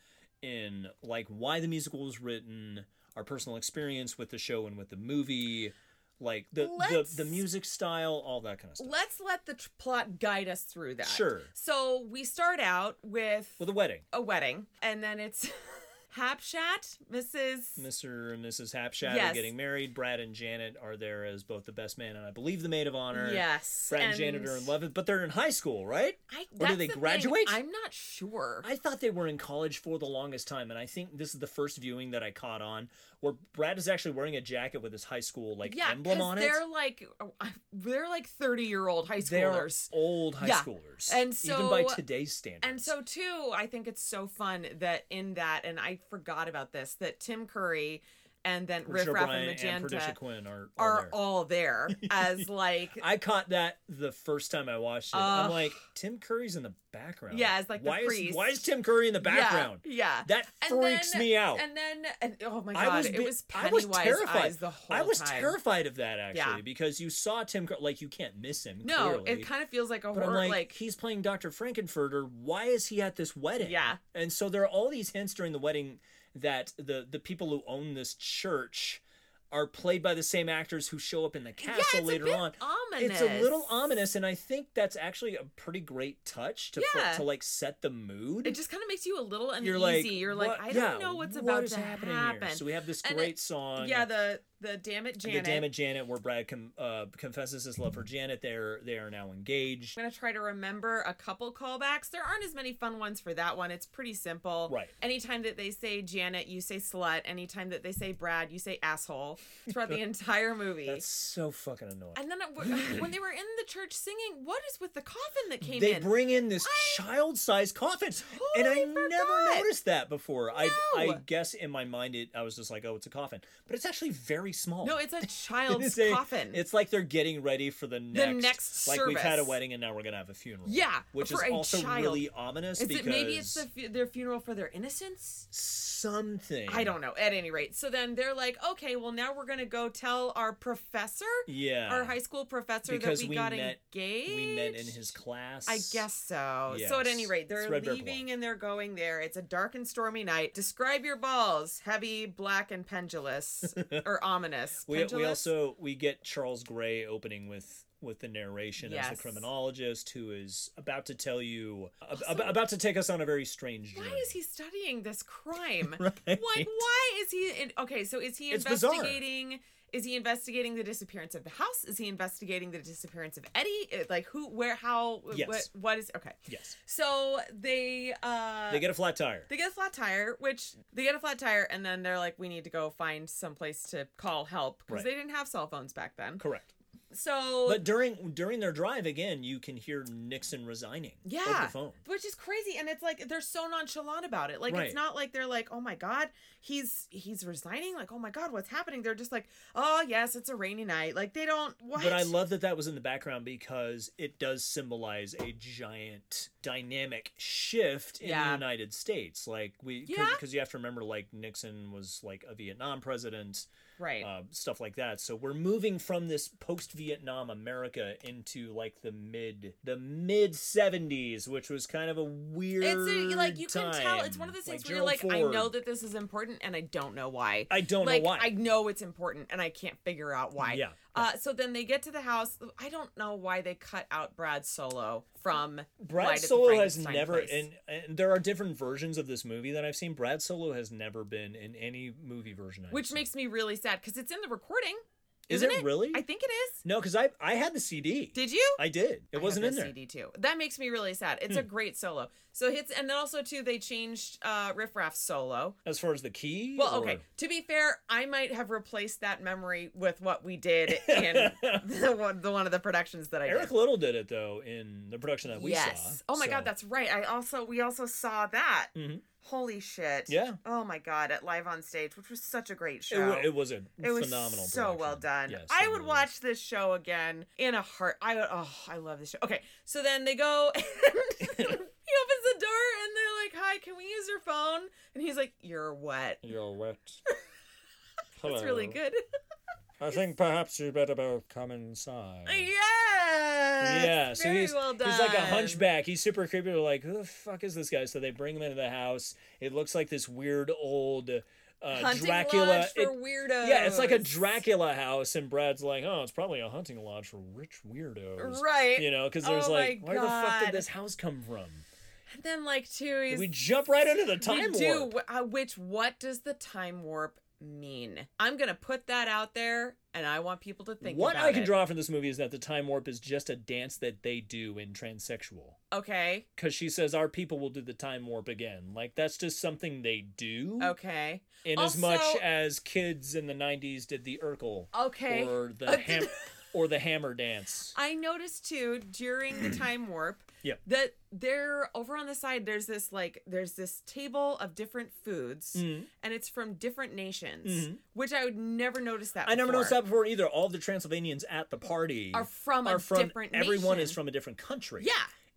Speaker 3: in like why the musical was written, our personal experience with the show and with the movie, like the
Speaker 2: Let's-
Speaker 3: the, the music style, all that kind of stuff.
Speaker 2: Let's let the tr- plot guide us through that.
Speaker 3: Sure.
Speaker 2: So we start out with
Speaker 3: Well, the wedding,
Speaker 2: a wedding, and then it's Hapshat, Mrs.
Speaker 3: Mr. and Mrs. Hapshaw are
Speaker 2: Yes.
Speaker 3: getting married. Brad and Janet are there as both the best man and I believe the maid of honor.
Speaker 2: Yes,
Speaker 3: Brad and, Janet are in love, but they're in high school, right?
Speaker 2: I,
Speaker 3: Or
Speaker 2: that's
Speaker 3: do they
Speaker 2: the thing,
Speaker 3: graduate?
Speaker 2: I'm not sure.
Speaker 3: I thought they were in college for the longest time, and I think this is the first viewing that I caught on where Brad is actually wearing a jacket with his high school like
Speaker 2: yeah,
Speaker 3: emblem on it.
Speaker 2: they're like oh, they're like 30 year old high
Speaker 3: They're
Speaker 2: schoolers.
Speaker 3: old high
Speaker 2: Yeah.
Speaker 3: schoolers,
Speaker 2: And
Speaker 3: even by
Speaker 2: so-
Speaker 3: today's standards.
Speaker 2: And so too, I think it's so fun that in that, and I forgot about this, that Tim Curry and then Riff
Speaker 3: Richard
Speaker 2: Raff
Speaker 3: O'Brien
Speaker 2: and
Speaker 3: and
Speaker 2: Magenta
Speaker 3: Patricia Quinn are, are,
Speaker 2: are
Speaker 3: there.
Speaker 2: all there as like
Speaker 3: I caught that the first time I watched it. I'm
Speaker 2: Ugh.
Speaker 3: like, Tim Curry's in the background.
Speaker 2: Yeah, it's like the
Speaker 3: why is
Speaker 2: priest.
Speaker 3: why is Tim Curry in the
Speaker 2: yeah,
Speaker 3: background?
Speaker 2: Yeah.
Speaker 3: That
Speaker 2: And
Speaker 3: freaks
Speaker 2: then-
Speaker 3: me out.
Speaker 2: And then, and, oh my god,
Speaker 3: I was
Speaker 2: it
Speaker 3: bi-
Speaker 2: was
Speaker 3: I was
Speaker 2: Pennywise
Speaker 3: terrified.
Speaker 2: eyes the whole
Speaker 3: I was
Speaker 2: time.
Speaker 3: terrified of that actually
Speaker 2: Yeah.
Speaker 3: because you saw Tim Curry like you can't miss him.
Speaker 2: No,
Speaker 3: clearly.
Speaker 2: it kind of feels like a
Speaker 3: But I'm
Speaker 2: horror.
Speaker 3: like,
Speaker 2: Like,
Speaker 3: he's playing Dr. Frankenfurter. Why is he at this wedding?
Speaker 2: Yeah.
Speaker 3: And so there are all these hints during the wedding that the the people who own this church are played by the same actors who show up in the
Speaker 2: yeah,
Speaker 3: castle
Speaker 2: it's
Speaker 3: later
Speaker 2: a bit
Speaker 3: on. It's
Speaker 2: ominous.
Speaker 3: a little ominous, and I think that's actually a pretty great touch to
Speaker 2: Yeah.
Speaker 3: to like set the mood.
Speaker 2: It just kind of makes you a little uneasy.
Speaker 3: you're
Speaker 2: You're
Speaker 3: like,
Speaker 2: like,
Speaker 3: what-
Speaker 2: I don't
Speaker 3: yeah,
Speaker 2: know what's
Speaker 3: what
Speaker 2: about
Speaker 3: is
Speaker 2: to
Speaker 3: happening
Speaker 2: happen.
Speaker 3: Here? So we have this
Speaker 2: And
Speaker 3: great song.
Speaker 2: yeah, the the damn it Janet.
Speaker 3: The damn it, Janet, where Brad com- uh, confesses his love for Janet. They're they are now engaged.
Speaker 2: I'm gonna try to remember a couple callbacks. There aren't as many fun ones for that one. It's pretty simple.
Speaker 3: Right.
Speaker 2: Anytime that they say Janet, you say slut. Anytime that they say Brad, you say asshole. Throughout the entire movmovie.
Speaker 3: That's so fucking annoying.
Speaker 2: and then it, when they were in the church singing, what is with the coffin that came
Speaker 3: They
Speaker 2: in?
Speaker 3: bring in this child-sized coffin, and I
Speaker 2: totally
Speaker 3: never
Speaker 2: forgot.
Speaker 3: noticed that before. I I
Speaker 2: No.
Speaker 3: guess in my mind it I was just like, oh, it's a coffin, but it's actually very small.
Speaker 2: no, it's a
Speaker 3: It
Speaker 2: child's
Speaker 3: is a-
Speaker 2: coffin.
Speaker 3: It's like they're getting ready for the next.
Speaker 2: next
Speaker 3: like we've had a
Speaker 2: service.
Speaker 3: wedding and now we're gonna have a funeral.
Speaker 2: Yeah,
Speaker 3: which is
Speaker 2: for a
Speaker 3: also
Speaker 2: child.
Speaker 3: really ominous
Speaker 2: is
Speaker 3: because
Speaker 2: it maybe it's the, fu- their funeral for their innocence?
Speaker 3: something.
Speaker 2: I don't know. At any rate, so then they're like, okay, well now we're gonna go tell our professor,
Speaker 3: Yeah.
Speaker 2: our high school professor
Speaker 3: Because
Speaker 2: that we,
Speaker 3: we
Speaker 2: got
Speaker 3: met-
Speaker 2: engaged.
Speaker 3: we met in his class.
Speaker 2: I guess so. So at any
Speaker 3: Yes.
Speaker 2: rate, they're
Speaker 3: It's Red Bear
Speaker 2: leaving and they're going there. It's a dark and stormy night. Describe your balls: heavy, black, and pendulous or ominous.
Speaker 3: we, we
Speaker 2: Pendulous?
Speaker 3: also we get Charles Gray opening with with the narration as
Speaker 2: Yes.
Speaker 3: the criminologist who is about to tell you ab- ab- about to take us on a very strange journey.
Speaker 2: Why is he studying this crime?
Speaker 3: Right.
Speaker 2: Like, why is he? In, okay, so is he
Speaker 3: It's bizarre.
Speaker 2: investigating? Is he investigating the disappearance of the house? Is he investigating the disappearance of Eddie? Uh, Like who? Where? How?
Speaker 3: Yes.
Speaker 2: What? What is? Okay.
Speaker 3: Yes,
Speaker 2: So they uh
Speaker 3: they get a flat tire.
Speaker 2: They get a flat tire, which they get a flat tire, and then they're like, we need to go find someplace to call help because
Speaker 3: Right.
Speaker 2: they didn't have cell phones back then.
Speaker 3: Correct.
Speaker 2: So,
Speaker 3: But during during their drive again, you can hear Nixon resigning. over
Speaker 2: yeah,
Speaker 3: the phone.
Speaker 2: which is crazy. And it's like they're so nonchalant about it. Like
Speaker 3: Right.
Speaker 2: it's not like they're like, oh my god, he's he's resigning. Like oh my god, what's happening? They're just like, oh yes, it's a rainy night. Like they don't. What?
Speaker 3: But I love that that was in the background because it does symbolize a giant dynamic shift in the
Speaker 2: Yeah.
Speaker 3: United States. Like we,
Speaker 2: Yeah.
Speaker 3: because you have to remember, like Nixon was like a Vietnam president,
Speaker 2: right.
Speaker 3: uh, stuff like that. So we're moving from this post-Vietnam America into like the mid the mid '70s, which was kind of a weird.
Speaker 2: it's a, like you can tell. It's
Speaker 3: time.
Speaker 2: one of those things where
Speaker 3: Gerald
Speaker 2: you're like, I know
Speaker 3: Ford.
Speaker 2: that this is important, and I don't know why.
Speaker 3: I don't
Speaker 2: like
Speaker 3: know why.
Speaker 2: I know it's important and I can't figure out why.
Speaker 3: Yeah.
Speaker 2: Uh, so then they get to the house. I don't know why they cut out Brad Solo from Flight
Speaker 3: Brad
Speaker 2: at the
Speaker 3: Solo has
Speaker 2: Frankenstein
Speaker 3: never,
Speaker 2: place.
Speaker 3: and, and there are different versions of this movie that I've seen. Brad Solo has never been in any movie version. I've
Speaker 2: which
Speaker 3: seen.
Speaker 2: makes me really sad because it's in the recording.
Speaker 3: Is
Speaker 2: isn't
Speaker 3: it really?
Speaker 2: I think it is.
Speaker 3: no, because I I had the CD.
Speaker 2: Did you?
Speaker 3: I did. It
Speaker 2: I have
Speaker 3: wasn't in
Speaker 2: the
Speaker 3: there. Hmm.
Speaker 2: CD too. That makes me really sad. It's a great solo. So it's and then also too they changed uh, Riff Raff's solo.
Speaker 3: As far as the key.
Speaker 2: Well,
Speaker 3: or-
Speaker 2: okay. To be fair, I might have replaced that memory with what we did in the one, the one of the productions that I did.
Speaker 3: Eric Little did it though in the production that we saw.
Speaker 2: yes. Oh my
Speaker 3: so-
Speaker 2: god, that's right. I also we also saw that.
Speaker 3: Mhm.
Speaker 2: Holy shit.
Speaker 3: Yeah.
Speaker 2: Oh my god, at live on stage, which was such a great
Speaker 3: It,
Speaker 2: show.
Speaker 3: wa- it was a
Speaker 2: It was
Speaker 3: phenomenal.
Speaker 2: so well
Speaker 3: production.
Speaker 2: done.
Speaker 3: Yes,
Speaker 2: I
Speaker 3: it
Speaker 2: would
Speaker 3: really was.
Speaker 2: watch this show again in a heart. I would. Oh, I love this show. Okay, so then they go. And he opens the door and they're like, "Hi, can we use your phone?" And he's like, "You're wet."
Speaker 4: You're wet.
Speaker 2: That's really
Speaker 4: Hello.
Speaker 2: good.
Speaker 4: I think perhaps you better both come inside.
Speaker 2: yeah.
Speaker 3: Yeah, so
Speaker 2: Very
Speaker 3: he's
Speaker 2: well done.
Speaker 3: he's like a hunchback. He's super creepy. They're like, who the fuck is this guy? So they bring him into the house. It looks like this weird old uh,
Speaker 2: Hunting
Speaker 3: Dracula.
Speaker 2: lodge for
Speaker 3: it-
Speaker 2: weirdos.
Speaker 3: yeah, it's like a Dracula house, and Brad's like, oh, it's probably a hunting lodge for rich weirdos,
Speaker 2: Right.
Speaker 3: You know, because there's
Speaker 2: Oh my
Speaker 3: like, where the fuck did
Speaker 2: God.
Speaker 3: this house come from?
Speaker 2: And then like too, he's
Speaker 3: Did we jump right into the time
Speaker 2: we
Speaker 3: warp?
Speaker 2: do wh- uh, which what does the time warp mean i'm gonna put that out there and i want people to think
Speaker 3: What
Speaker 2: about
Speaker 3: I can
Speaker 2: it.
Speaker 3: draw from this movie is that the time warp is just a dance that they do in transsexual.
Speaker 2: okay
Speaker 3: Because she says our people will do the time warp again. Like that's just something they do.
Speaker 2: okay
Speaker 3: in as much
Speaker 2: Also-
Speaker 3: as kids in the 90s did the Urkel
Speaker 2: okay
Speaker 3: or the
Speaker 2: Uh,
Speaker 3: ham- or the hammer dance.
Speaker 2: i noticed too during the time warp
Speaker 3: Yep.
Speaker 2: that there over on the side there's this like there's this table of different foods
Speaker 3: Mm-hmm.
Speaker 2: and it's from different nations which i would never notice that
Speaker 3: I never noticed
Speaker 2: before,
Speaker 3: that before either. All the Transylvanians at the party
Speaker 2: are from
Speaker 3: are
Speaker 2: a
Speaker 3: from
Speaker 2: different
Speaker 3: everyone
Speaker 2: nation.
Speaker 3: is from a different country.
Speaker 2: yeah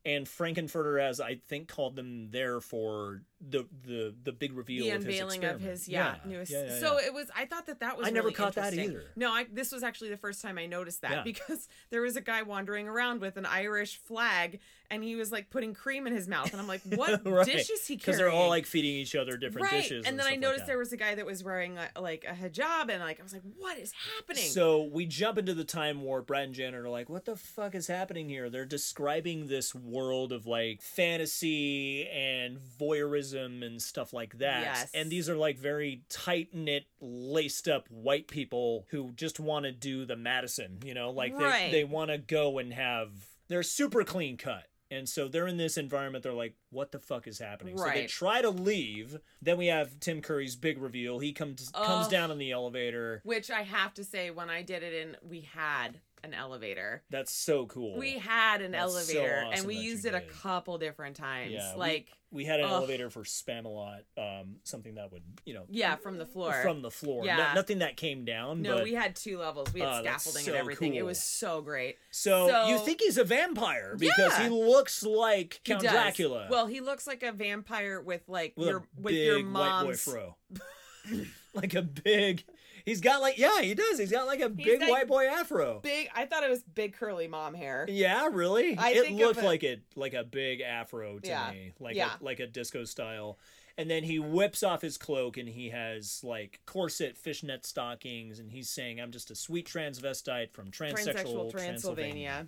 Speaker 3: And Frankenfurter as I think called them there for the the the big reveal
Speaker 2: the
Speaker 3: of his
Speaker 2: unveiling of
Speaker 3: experiment.
Speaker 2: his yeah, newest. So it was. I thought that that was.
Speaker 3: I never
Speaker 2: really
Speaker 3: caught that
Speaker 2: interesting.
Speaker 3: either.
Speaker 2: No, I, this was actually the first time I noticed that
Speaker 3: Yeah.
Speaker 2: because there was a guy wandering around with an Irish flag, and he was like putting cream in his mouth, and I'm like, what dish is he carrying?
Speaker 3: Because they're all like feeding each other different
Speaker 2: right.
Speaker 3: dishes.
Speaker 2: and, then I
Speaker 3: stuff like
Speaker 2: noticed
Speaker 3: that.
Speaker 2: there was a guy that was wearing a, like a hijab, and like I was like, what is happening?
Speaker 3: So we jump into the time warp. Brad and Janet are like, "What the fuck is happening here?" They're describing this world of like fantasy and voyeurism racism and stuff like that.
Speaker 2: Yes.
Speaker 3: And these are like very tight knit, laced up white people who just want to do the Madison, you know, like
Speaker 2: Right.
Speaker 3: they, they want to go and have, they're super clean cut. And so they're in this environment. They're like, "What the fuck is happening?" So they
Speaker 2: Right.
Speaker 3: try to leave. Then we have Tim Curry's big reveal. He comes comes
Speaker 2: Ugh.
Speaker 3: down in the elevator.
Speaker 2: Which I have to say, when I did it in, we had an elevator.
Speaker 3: That's so cool.
Speaker 2: We had an
Speaker 3: Oh, That's so
Speaker 2: elevator,
Speaker 3: awesome
Speaker 2: and we
Speaker 3: that you
Speaker 2: used it a
Speaker 3: did.
Speaker 2: couple different times.
Speaker 3: Yeah, we-
Speaker 2: like,
Speaker 3: we had an
Speaker 2: Ugh.
Speaker 3: elevator for Spamalot, um, something that would you know
Speaker 2: yeah, from the floor.
Speaker 3: from the floor.
Speaker 2: Yeah.
Speaker 3: No- nothing that came down.
Speaker 2: no,
Speaker 3: but,
Speaker 2: we had two levels. We had
Speaker 3: Oh, that's
Speaker 2: scaffolding
Speaker 3: so
Speaker 2: and everything. It
Speaker 3: cool.
Speaker 2: was so great.
Speaker 3: so,
Speaker 2: so-
Speaker 3: you think he's a vampire because
Speaker 2: Yeah.
Speaker 3: he looks like
Speaker 2: He
Speaker 3: Count
Speaker 2: does.
Speaker 3: Dracula.
Speaker 2: Well, he looks like a vampire with like
Speaker 3: with
Speaker 2: your
Speaker 3: a
Speaker 2: with
Speaker 3: big
Speaker 2: your
Speaker 3: white boy
Speaker 2: mom's
Speaker 3: fro. like a big. He's got like yeah, he does. He's got like a big
Speaker 2: like-
Speaker 3: white boy afro.
Speaker 2: big. I thought it was big curly mom hair.
Speaker 3: Yeah, really.
Speaker 2: I
Speaker 3: it
Speaker 2: think of
Speaker 3: looked
Speaker 2: it-
Speaker 3: like a like a big afro to
Speaker 2: Yeah.
Speaker 3: me, like
Speaker 2: Yeah.
Speaker 3: a, like a disco style. And then he whips off his cloak and he has like corset, fishnet stockings, and he's saying, "I'm just a sweet transvestite from transsexual,
Speaker 2: Transsexual
Speaker 3: Transylvania."
Speaker 2: Transylvania.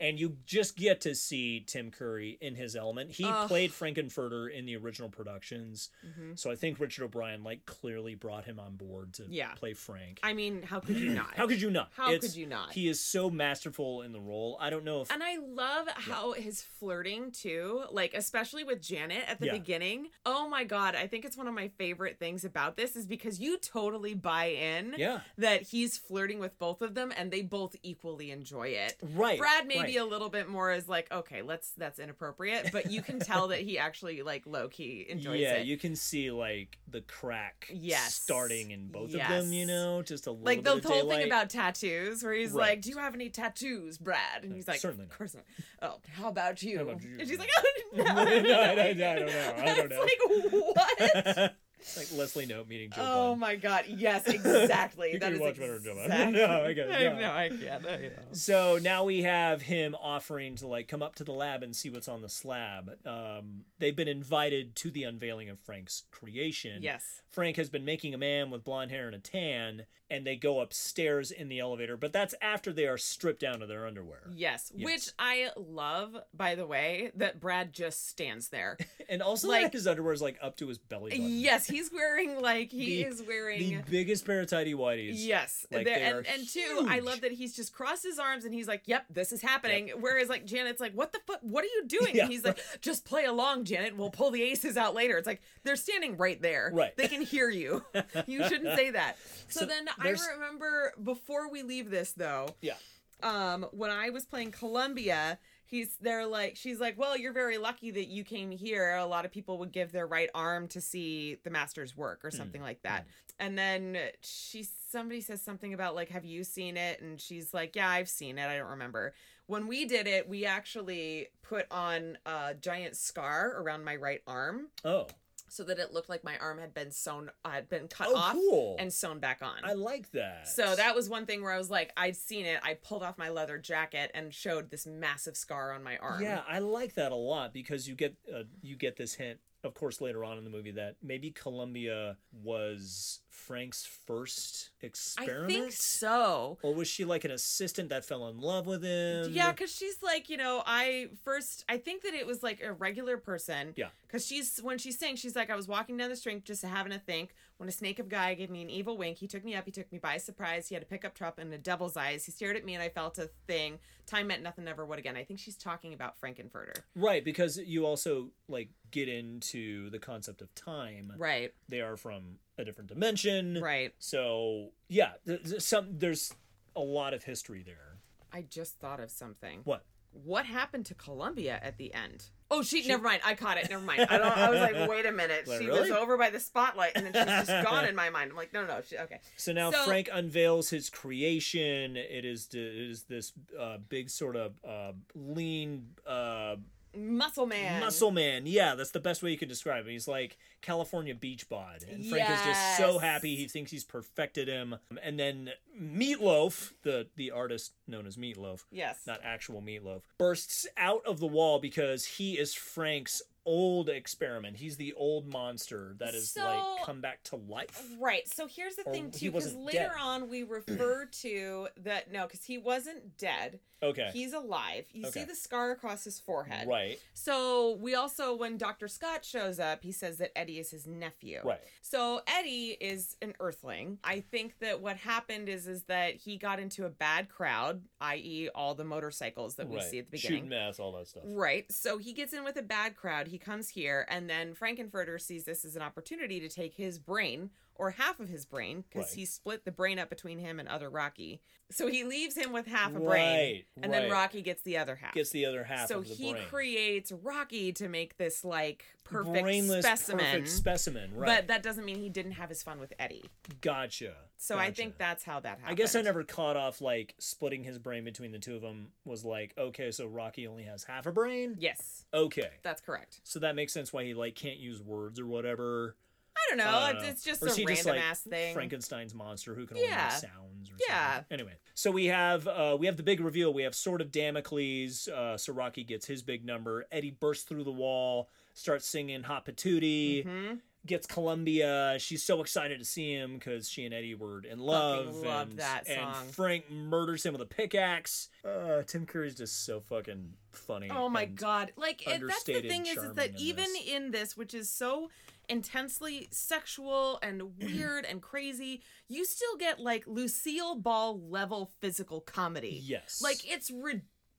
Speaker 3: And you just get to see Tim Curry in his element. He
Speaker 2: Ugh.
Speaker 3: played Frankenfurter in the original productions,
Speaker 2: hmm
Speaker 3: so I think Richard O'Brien like clearly brought him on board to
Speaker 2: Yeah.
Speaker 3: play Frank.
Speaker 2: I mean, how could you not?
Speaker 3: How could you not?
Speaker 2: How
Speaker 3: It's-
Speaker 2: could you not?
Speaker 3: He is so masterful in the role. I don't know if
Speaker 2: And I love how his flirting too, like especially with Janet at the
Speaker 3: Yeah.
Speaker 2: beginning. Oh my god, I think it's one of my favorite things about this is because you totally buy in
Speaker 3: yeah.
Speaker 2: that he's flirting with both of them and they both equally enjoy it.
Speaker 3: Right.
Speaker 2: Brad maybe
Speaker 3: right.
Speaker 2: a little bit more is like, okay, let's that's inappropriate, but you can tell that he actually like low key enjoys
Speaker 3: yeah,
Speaker 2: it.
Speaker 3: you can see like the crack
Speaker 2: Yes.
Speaker 3: starting in both of them, you
Speaker 2: Yes.
Speaker 3: know, just a little
Speaker 2: like
Speaker 3: bit
Speaker 2: the whole
Speaker 3: of daylight.
Speaker 2: thing about tattoos, where he's
Speaker 3: Right.
Speaker 2: like, "Do you have any tattoos, Brad?" And
Speaker 3: No,
Speaker 2: he's like,
Speaker 3: certainly
Speaker 2: "Of
Speaker 3: not."
Speaker 2: course not." Oh, how about you?
Speaker 3: about you?
Speaker 2: And she's like, "Oh no,
Speaker 3: No, I- I- I don't know. I don't
Speaker 2: It's like what?
Speaker 3: It's like Leslie Note meeting Joe
Speaker 2: oh
Speaker 3: Biden.
Speaker 2: my god! Yes, exactly.
Speaker 3: You
Speaker 2: that
Speaker 3: could
Speaker 2: is
Speaker 3: watch better than Joe Biden.
Speaker 2: exactly-
Speaker 3: No, I get it. No.
Speaker 2: I know. I can't. I know.
Speaker 3: So now we have him offering to like come up to the lab and see what's on the slab. Um, they've been invited to the unveiling of Frank's creation.
Speaker 2: Yes.
Speaker 3: Frank has been making a man with blonde hair and a tan, and they go upstairs in the elevator, but that's after they are stripped down to their underwear.
Speaker 2: Yes,
Speaker 3: Yes.
Speaker 2: which I love, by the way, that Brad just stands there.
Speaker 3: And also, like,
Speaker 2: Like-
Speaker 3: his underwear is like up to his belly button.
Speaker 2: yes, he's wearing like he
Speaker 3: The-
Speaker 2: is wearing
Speaker 3: The biggest pair of tidy whities.
Speaker 2: Yes,
Speaker 3: Like,
Speaker 2: there-
Speaker 3: they
Speaker 2: and
Speaker 3: are
Speaker 2: and two, I
Speaker 3: huge.
Speaker 2: love that he's just crossed his arms and he's like, "Yep, this is happening." Whereas like Janet's like, "What the fuck? What are you doing?"
Speaker 3: Yeah,
Speaker 2: and he's like, "Just play along, Janet. We'll pull the aces out later." It's like they're standing right there.
Speaker 3: Right.
Speaker 2: They can hear you. you shouldn't say that. So,
Speaker 3: So
Speaker 2: then I
Speaker 3: there's-
Speaker 2: remember before we leave this though,
Speaker 3: Yeah.
Speaker 2: um, when I was playing Columbia. He's they're like she's like, Well, you're very lucky that you came here. A lot of people would give their right arm to see the master's work or
Speaker 3: Hmm.
Speaker 2: something like that. And then she somebody says something about like, have you seen it? And she's like, yeah, I've seen it. I don't remember. When we did it, we actually put on a giant scar around my right arm
Speaker 3: Oh.
Speaker 2: so that it looked like my arm had been sewn, uh, had been cut
Speaker 3: Oh,
Speaker 2: off
Speaker 3: cool.
Speaker 2: and sewn back on.
Speaker 3: I like that.
Speaker 2: so that was one thing where I was like, I'd seen it. I pulled off my leather jacket and showed this massive scar on my arm.
Speaker 3: Yeah, I like that a lot because you get uh, you get this hint, of course, later on in the movie that maybe Columbia was Frank's first
Speaker 2: I
Speaker 3: experiment,
Speaker 2: think so.
Speaker 3: or was she like an assistant that fell in love with him?
Speaker 2: Yeah, because she's like, you know, I first, I think that it was like a regular person.
Speaker 3: Yeah.
Speaker 2: Because she's, when she's saying, she's like, I was walking down the street just having a think when a snake of guy gave me an evil wink. He took me up. He took me by surprise. He had a pickup truck and a devil's eyes. He stared at me and I felt a thing. Time meant nothing, never would again. I think she's talking about Frankenfurter.
Speaker 3: right. Because you also like get into the concept of time.
Speaker 2: Right.
Speaker 3: They are from a different dimension.
Speaker 2: Right.
Speaker 3: So yeah, th- th- some there's a lot of history there.
Speaker 2: I just thought of something.
Speaker 3: What?
Speaker 2: What happened to Columbia at the end? Oh, she, never mind. I caught it. Never mind. I don't. I was like, wait a minute.
Speaker 3: Like,
Speaker 2: she
Speaker 3: really?
Speaker 2: was over by the spotlight, and then she's just gone in my mind. I'm like, no, no, no. She, okay.
Speaker 3: So now
Speaker 2: So-
Speaker 3: Frank unveils his creation. It is it is this uh, big sort of uh, lean uh,
Speaker 2: Muscle man.
Speaker 3: muscle man. Yeah, that's the best way you can describe him. He's like California beach bod, and Frank is just so
Speaker 2: Yes.
Speaker 3: happy. He thinks he's perfected him. And then Meatloaf, the the artist known as Meatloaf,
Speaker 2: Yes.
Speaker 3: not actual Meatloaf, bursts out of the wall because he is Frank's old experiment. He's the old monster that is like
Speaker 2: So-
Speaker 3: come back to life.
Speaker 2: Right. So here's the
Speaker 3: Or
Speaker 2: thing
Speaker 3: he
Speaker 2: too, because
Speaker 3: wasn't
Speaker 2: later
Speaker 3: dead.
Speaker 2: on we refer to that no, because he wasn't dead.
Speaker 3: Okay.
Speaker 2: He's alive. You see
Speaker 3: Okay.
Speaker 2: the scar across his forehead.
Speaker 3: right.
Speaker 2: So we also, when Doctor Scott shows up, he says that Eddie is his nephew.
Speaker 3: Right.
Speaker 2: So Eddie is an Earthling. I think that what happened is is that he got into a bad crowd, i.e., all the motorcycles that we
Speaker 3: right.
Speaker 2: see at the
Speaker 3: Shooting
Speaker 2: beginning.
Speaker 3: mass, all that stuff.
Speaker 2: Right. So he gets in with a bad crowd. He comes here, and then Frankenfurter sees this as an opportunity to take his brain or half of his brain because
Speaker 3: Right.
Speaker 2: he split the brain up between him and other Rocky. So he leaves him with half a brain,
Speaker 3: Right,
Speaker 2: and then
Speaker 3: right.
Speaker 2: Rocky gets the other half.
Speaker 3: Gets the other half
Speaker 2: so
Speaker 3: of the
Speaker 2: he
Speaker 3: brain.
Speaker 2: creates Rocky to make this like perfect
Speaker 3: Brainless,
Speaker 2: specimen.
Speaker 3: perfect specimen. Right.
Speaker 2: But that doesn't mean he didn't have his fun with Eddie.
Speaker 3: gotcha.
Speaker 2: So I
Speaker 3: Gotcha.
Speaker 2: think that's how that happened.
Speaker 3: I guess I never caught off like splitting his brain between the two of them was like okay, so Rocky only has half a brain.
Speaker 2: Yes,
Speaker 3: Okay.
Speaker 2: that's correct.
Speaker 3: So that makes sense why he like can't use words or whatever.
Speaker 2: I don't know.
Speaker 3: Uh,
Speaker 2: it's, it's just a
Speaker 3: or is he
Speaker 2: random
Speaker 3: like,
Speaker 2: ass thing.
Speaker 3: Frankenstein's monster who can only
Speaker 2: Yeah.
Speaker 3: make sounds or
Speaker 2: Yeah.
Speaker 3: something. Anyway, so we have uh, we have the big reveal. We have sort of Damocles. Uh, Soraki gets his big number. Eddie bursts through the wall, starts singing "Hot Patootie."
Speaker 2: Mhm.
Speaker 3: Gets Columbia. She's so excited to see him because she and Eddie were in love.
Speaker 2: loved
Speaker 3: and,
Speaker 2: that song.
Speaker 3: And Frank murders him with a pickaxe. Uh, Tim Curry's just so fucking funny.
Speaker 2: Oh my
Speaker 3: and-
Speaker 2: god! Like it, that's the
Speaker 3: understated
Speaker 2: thing is, is
Speaker 3: charming
Speaker 2: that
Speaker 3: in
Speaker 2: even
Speaker 3: this.
Speaker 2: in this, which is so intensely sexual and weird and crazy, you still get like Lucille Ball level physical comedy.
Speaker 3: Yes.
Speaker 2: Like it's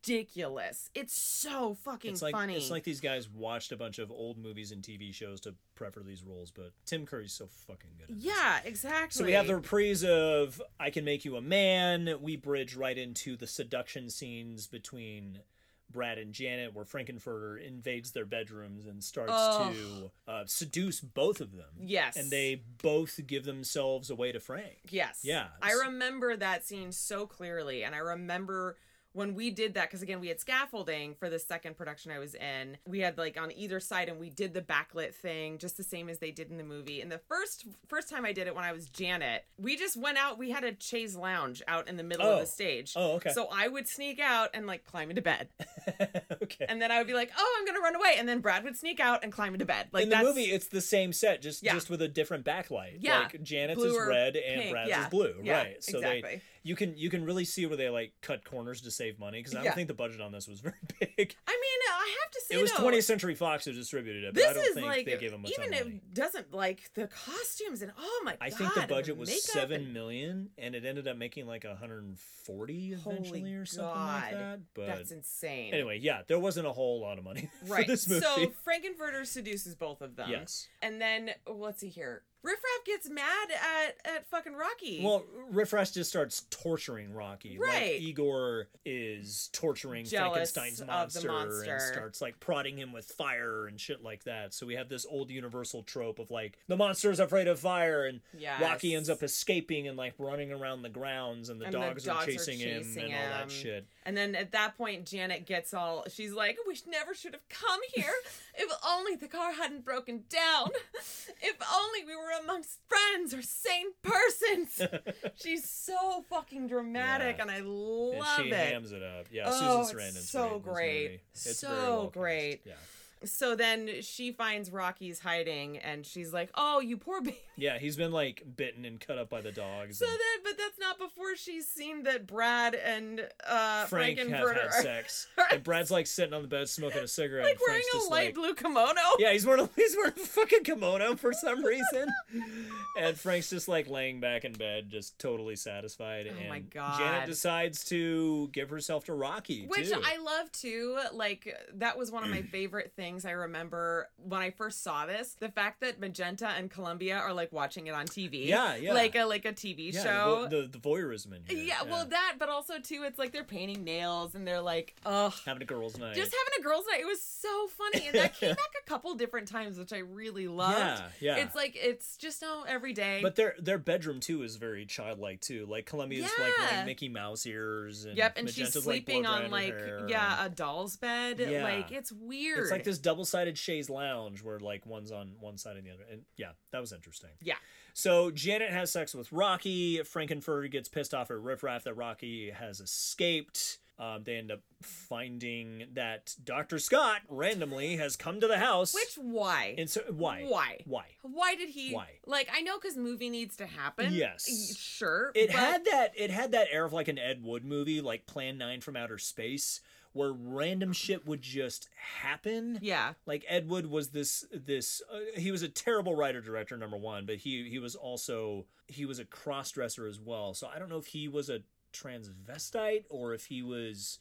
Speaker 2: ridiculous. It's so fucking
Speaker 3: it's like
Speaker 2: funny.
Speaker 3: it's like these guys watched a bunch of old movies and TV shows to prep for these roles, but Tim Curry's so fucking good. At this.
Speaker 2: yeah, exactly.
Speaker 3: So we have the reprise of "I Can Make You a Man." We bridge right into the seduction scenes between Brad and Janet, where Frankenfurter invades their bedrooms and starts
Speaker 2: Ugh.
Speaker 3: to uh, seduce both of them.
Speaker 2: Yes.
Speaker 3: and they both give themselves away to Frank.
Speaker 2: Yes.
Speaker 3: Yeah.
Speaker 2: I remember that scene so clearly. And I remember when we did that, because again, we had scaffolding for the second production I was in. We had like on either side and we did the backlit thing just the same as they did in the movie. And the first first time I did it when I was Janet, we just went out, we had a chaise lounge out in the middle of
Speaker 3: Oh.
Speaker 2: the stage.
Speaker 3: Oh, okay.
Speaker 2: So I would sneak out and like climb into bed.
Speaker 3: okay.
Speaker 2: And then I would be like, oh, I'm gonna run away. And then Brad would sneak out and climb into bed. Like
Speaker 3: in the
Speaker 2: that's
Speaker 3: movie, it's the same set, just
Speaker 2: Yeah.
Speaker 3: just with a different backlight.
Speaker 2: Yeah.
Speaker 3: like Janet's
Speaker 2: Blue
Speaker 3: is
Speaker 2: or
Speaker 3: red and
Speaker 2: pink,
Speaker 3: Brad's
Speaker 2: yeah.
Speaker 3: is blue.
Speaker 2: Yeah,
Speaker 3: right, so
Speaker 2: exactly.
Speaker 3: they you can you can really see where they like cut corners to save money because I don't
Speaker 2: Yeah.
Speaker 3: think the budget on this was very big.
Speaker 2: I mean, I have to say
Speaker 3: it was
Speaker 2: though,
Speaker 3: 20th Century Fox who distributed it, but
Speaker 2: This
Speaker 3: I don't
Speaker 2: is
Speaker 3: think
Speaker 2: like
Speaker 3: they gave him much
Speaker 2: even
Speaker 3: money.
Speaker 2: it doesn't like the costumes and oh my god.
Speaker 3: I think the
Speaker 2: and
Speaker 3: budget was
Speaker 2: makeup
Speaker 3: seven
Speaker 2: and-
Speaker 3: million, and it ended up making like 140
Speaker 2: Holy
Speaker 3: eventually, or something like
Speaker 2: God.
Speaker 3: that. But
Speaker 2: That's insane.
Speaker 3: anyway, yeah, there wasn't a whole lot of money
Speaker 2: right?
Speaker 3: for this movie.
Speaker 2: So Frankenfurter seduces both of them.
Speaker 3: yes.
Speaker 2: And then oh, let's see here. Riff Raff gets mad at at fucking Rocky.
Speaker 3: Well, Riffraff just starts torturing Rocky.
Speaker 2: Right.
Speaker 3: Like Igor is torturing
Speaker 2: Jealous
Speaker 3: Frankenstein's
Speaker 2: of the
Speaker 3: monster,
Speaker 2: monster.
Speaker 3: and starts like prodding him with fire and shit like that. So we have this old universal trope of like the monster is afraid of fire and
Speaker 2: Yes.
Speaker 3: Rocky ends up escaping and like running around the grounds and the,
Speaker 2: And the
Speaker 3: dogs,
Speaker 2: dogs
Speaker 3: are,
Speaker 2: are
Speaker 3: chasing
Speaker 2: chasing
Speaker 3: him and all
Speaker 2: him.
Speaker 3: that shit.
Speaker 2: and then at that point, Janet gets all she's like, "We sh- never should have come here. if only the car hadn't broken down. if only we were amongst friends or sane persons." she's so fucking dramatic,
Speaker 3: Yeah.
Speaker 2: and I love
Speaker 3: and she
Speaker 2: it.
Speaker 3: hams it up. Yeah,
Speaker 2: Oh,
Speaker 3: Susan
Speaker 2: it's
Speaker 3: Sarandon's great
Speaker 2: so
Speaker 3: in this
Speaker 2: great.
Speaker 3: movie. It's
Speaker 2: So
Speaker 3: very well cast.
Speaker 2: great.
Speaker 3: Yeah.
Speaker 2: So then she finds Rocky's hiding and she's like, "Oh, you poor baby."
Speaker 3: Yeah, he's been like bitten and cut up by the dogs.
Speaker 2: So
Speaker 3: and-
Speaker 2: then, but that's not before she's seen that Brad and uh,
Speaker 3: Frank have
Speaker 2: Frankenfurter
Speaker 3: had
Speaker 2: are
Speaker 3: sex. and Brad's like sitting on the bed smoking a cigarette.
Speaker 2: like
Speaker 3: and
Speaker 2: wearing
Speaker 3: Frank's
Speaker 2: a
Speaker 3: just
Speaker 2: light
Speaker 3: like,
Speaker 2: blue kimono.
Speaker 3: Yeah, he's wearing a, he's wearing a fucking kimono for some reason. and Frank's just like laying back in bed, just totally satisfied.
Speaker 2: Oh
Speaker 3: and
Speaker 2: my God.
Speaker 3: Janet decides to give herself to Rocky.
Speaker 2: Which
Speaker 3: too.
Speaker 2: I love too. Like that was one of my favorite things I remember when I first saw this. The fact that Magenta and Columbia are like watching it on TV.
Speaker 3: Yeah, yeah.
Speaker 2: Like a like a TV
Speaker 3: yeah,
Speaker 2: show.
Speaker 3: The, the, the voyeurism in here.
Speaker 2: yeah, well that, but also too, it's like they're painting nails and they're like, ugh.
Speaker 3: having a girls' night.
Speaker 2: Just having a girls' night, it was so funny, and that came back a couple different times, which I really loved.
Speaker 3: Yeah, yeah.
Speaker 2: It's like it's just no every day.
Speaker 3: but their their bedroom too is very childlike too. Like Columbia's like
Speaker 2: Yeah.
Speaker 3: wearing Mickey Mouse ears, and
Speaker 2: yep, and she's
Speaker 3: Magenta's, like,
Speaker 2: sleeping
Speaker 3: blow
Speaker 2: on
Speaker 3: drying her
Speaker 2: like
Speaker 3: hair, and-
Speaker 2: yeah a doll's bed.
Speaker 3: Yeah.
Speaker 2: Like it's weird.
Speaker 3: It's like this double-sided chaise lounge where like one's on one side and the other. And yeah, that was interesting.
Speaker 2: Yeah.
Speaker 3: So Janet has sex with Rocky. Frankenfurter gets pissed off at Riffraff that Rocky has escaped. Um, they end up finding that Dr. Scott randomly has come to the house.
Speaker 2: Which why?
Speaker 3: and so why?
Speaker 2: Why?
Speaker 3: Why?
Speaker 2: Why did he?
Speaker 3: Why?
Speaker 2: Like I know because movie needs to happen.
Speaker 3: Yes.
Speaker 2: Y- Sure.
Speaker 3: It
Speaker 2: but
Speaker 3: had that it had that air of like an Ed Wood movie, like Plan 9 from Outer Space, where random shit would just happen.
Speaker 2: Yeah.
Speaker 3: like Ed Wood was this this uh, he was a terrible writer director number one, but he he was also he was a cross dresser as well. So I don't know if he was a transvestite or if he was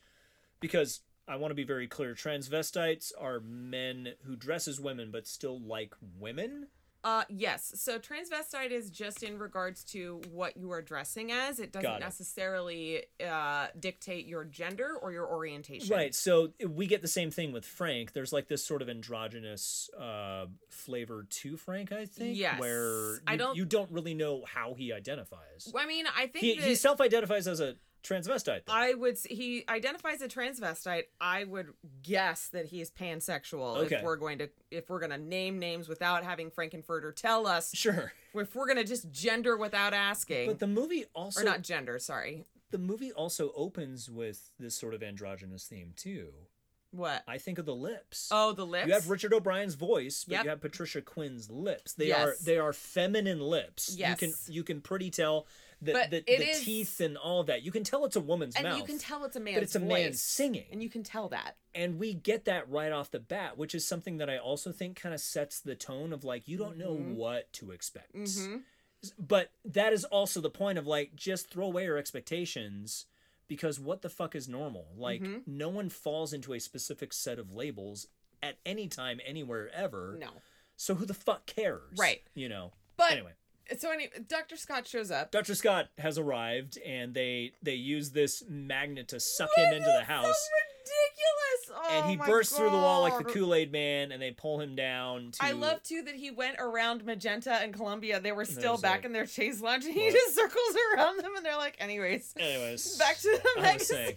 Speaker 3: because I want to be very clear. Transvestites are men who dress as women but still like women.
Speaker 2: Uh. Yes. So transvestite is just in regards to what you are dressing as. It doesn't
Speaker 3: Got it.
Speaker 2: necessarily uh dictate your gender or your orientation.
Speaker 3: Right. So we get the same thing with Frank. There's like this sort of androgynous uh, flavor to Frank, I think.
Speaker 2: Yes.
Speaker 3: Where you,
Speaker 2: I don't-
Speaker 3: you don't really know how he identifies.
Speaker 2: I mean, I think
Speaker 3: he
Speaker 2: that
Speaker 3: he self identifies as a transvestite. though.
Speaker 2: I would. s- He identifies as transvestite. I would guess that he is pansexual.
Speaker 3: Okay.
Speaker 2: If we're going to, if we're going to name names without having Frankenfurter tell us,
Speaker 3: Sure.
Speaker 2: if we're going to just gender without asking,
Speaker 3: But the movie also
Speaker 2: or not gender, sorry.
Speaker 3: the movie also opens with this sort of androgynous theme too.
Speaker 2: What?
Speaker 3: I think of the lips.
Speaker 2: oh, the lips.
Speaker 3: You have Richard O'Brien's voice, but
Speaker 2: Yep.
Speaker 3: you have Patricia Quinn's lips. They
Speaker 2: Yes.
Speaker 3: are they are feminine lips.
Speaker 2: Yes.
Speaker 3: You can you can pretty tell the
Speaker 2: But
Speaker 3: the,
Speaker 2: it
Speaker 3: the
Speaker 2: is-
Speaker 3: teeth and all of that. You can tell it's a woman's
Speaker 2: and
Speaker 3: mouth.
Speaker 2: you can tell it's a man's
Speaker 3: but it's a man
Speaker 2: voice,
Speaker 3: singing.
Speaker 2: and you can tell that.
Speaker 3: and we get that right off the bat, which is something that I also think kind of sets the tone of like you don't know
Speaker 2: Mm-hmm.
Speaker 3: what to expect.
Speaker 2: hmm
Speaker 3: But that is also the point of like just throw away your expectations because what the fuck is normal? Like
Speaker 2: Mhm.
Speaker 3: no one falls into a specific set of labels at any time anywhere ever.
Speaker 2: No,
Speaker 3: So who the fuck cares?
Speaker 2: Right.
Speaker 3: You know.
Speaker 2: but
Speaker 3: anyway,
Speaker 2: so anyway, Doctor Scott shows up.
Speaker 3: Dr. Scott has arrived and they they use this magnet to suck him into the house.
Speaker 2: So ridiculous! Oh,
Speaker 3: and he
Speaker 2: my
Speaker 3: bursts through the wall like the
Speaker 2: God.
Speaker 3: Kool-Aid man and they pull him down to
Speaker 2: I love too that he went around Magenta and Columbia. They were
Speaker 3: And I
Speaker 2: still
Speaker 3: was
Speaker 2: back
Speaker 3: like,
Speaker 2: in their chase lounge, and he
Speaker 3: "What?"
Speaker 2: just circles around them, and they're like, "Anyways,
Speaker 3: Anyways.
Speaker 2: back to the
Speaker 3: I was saying,
Speaker 2: magazine."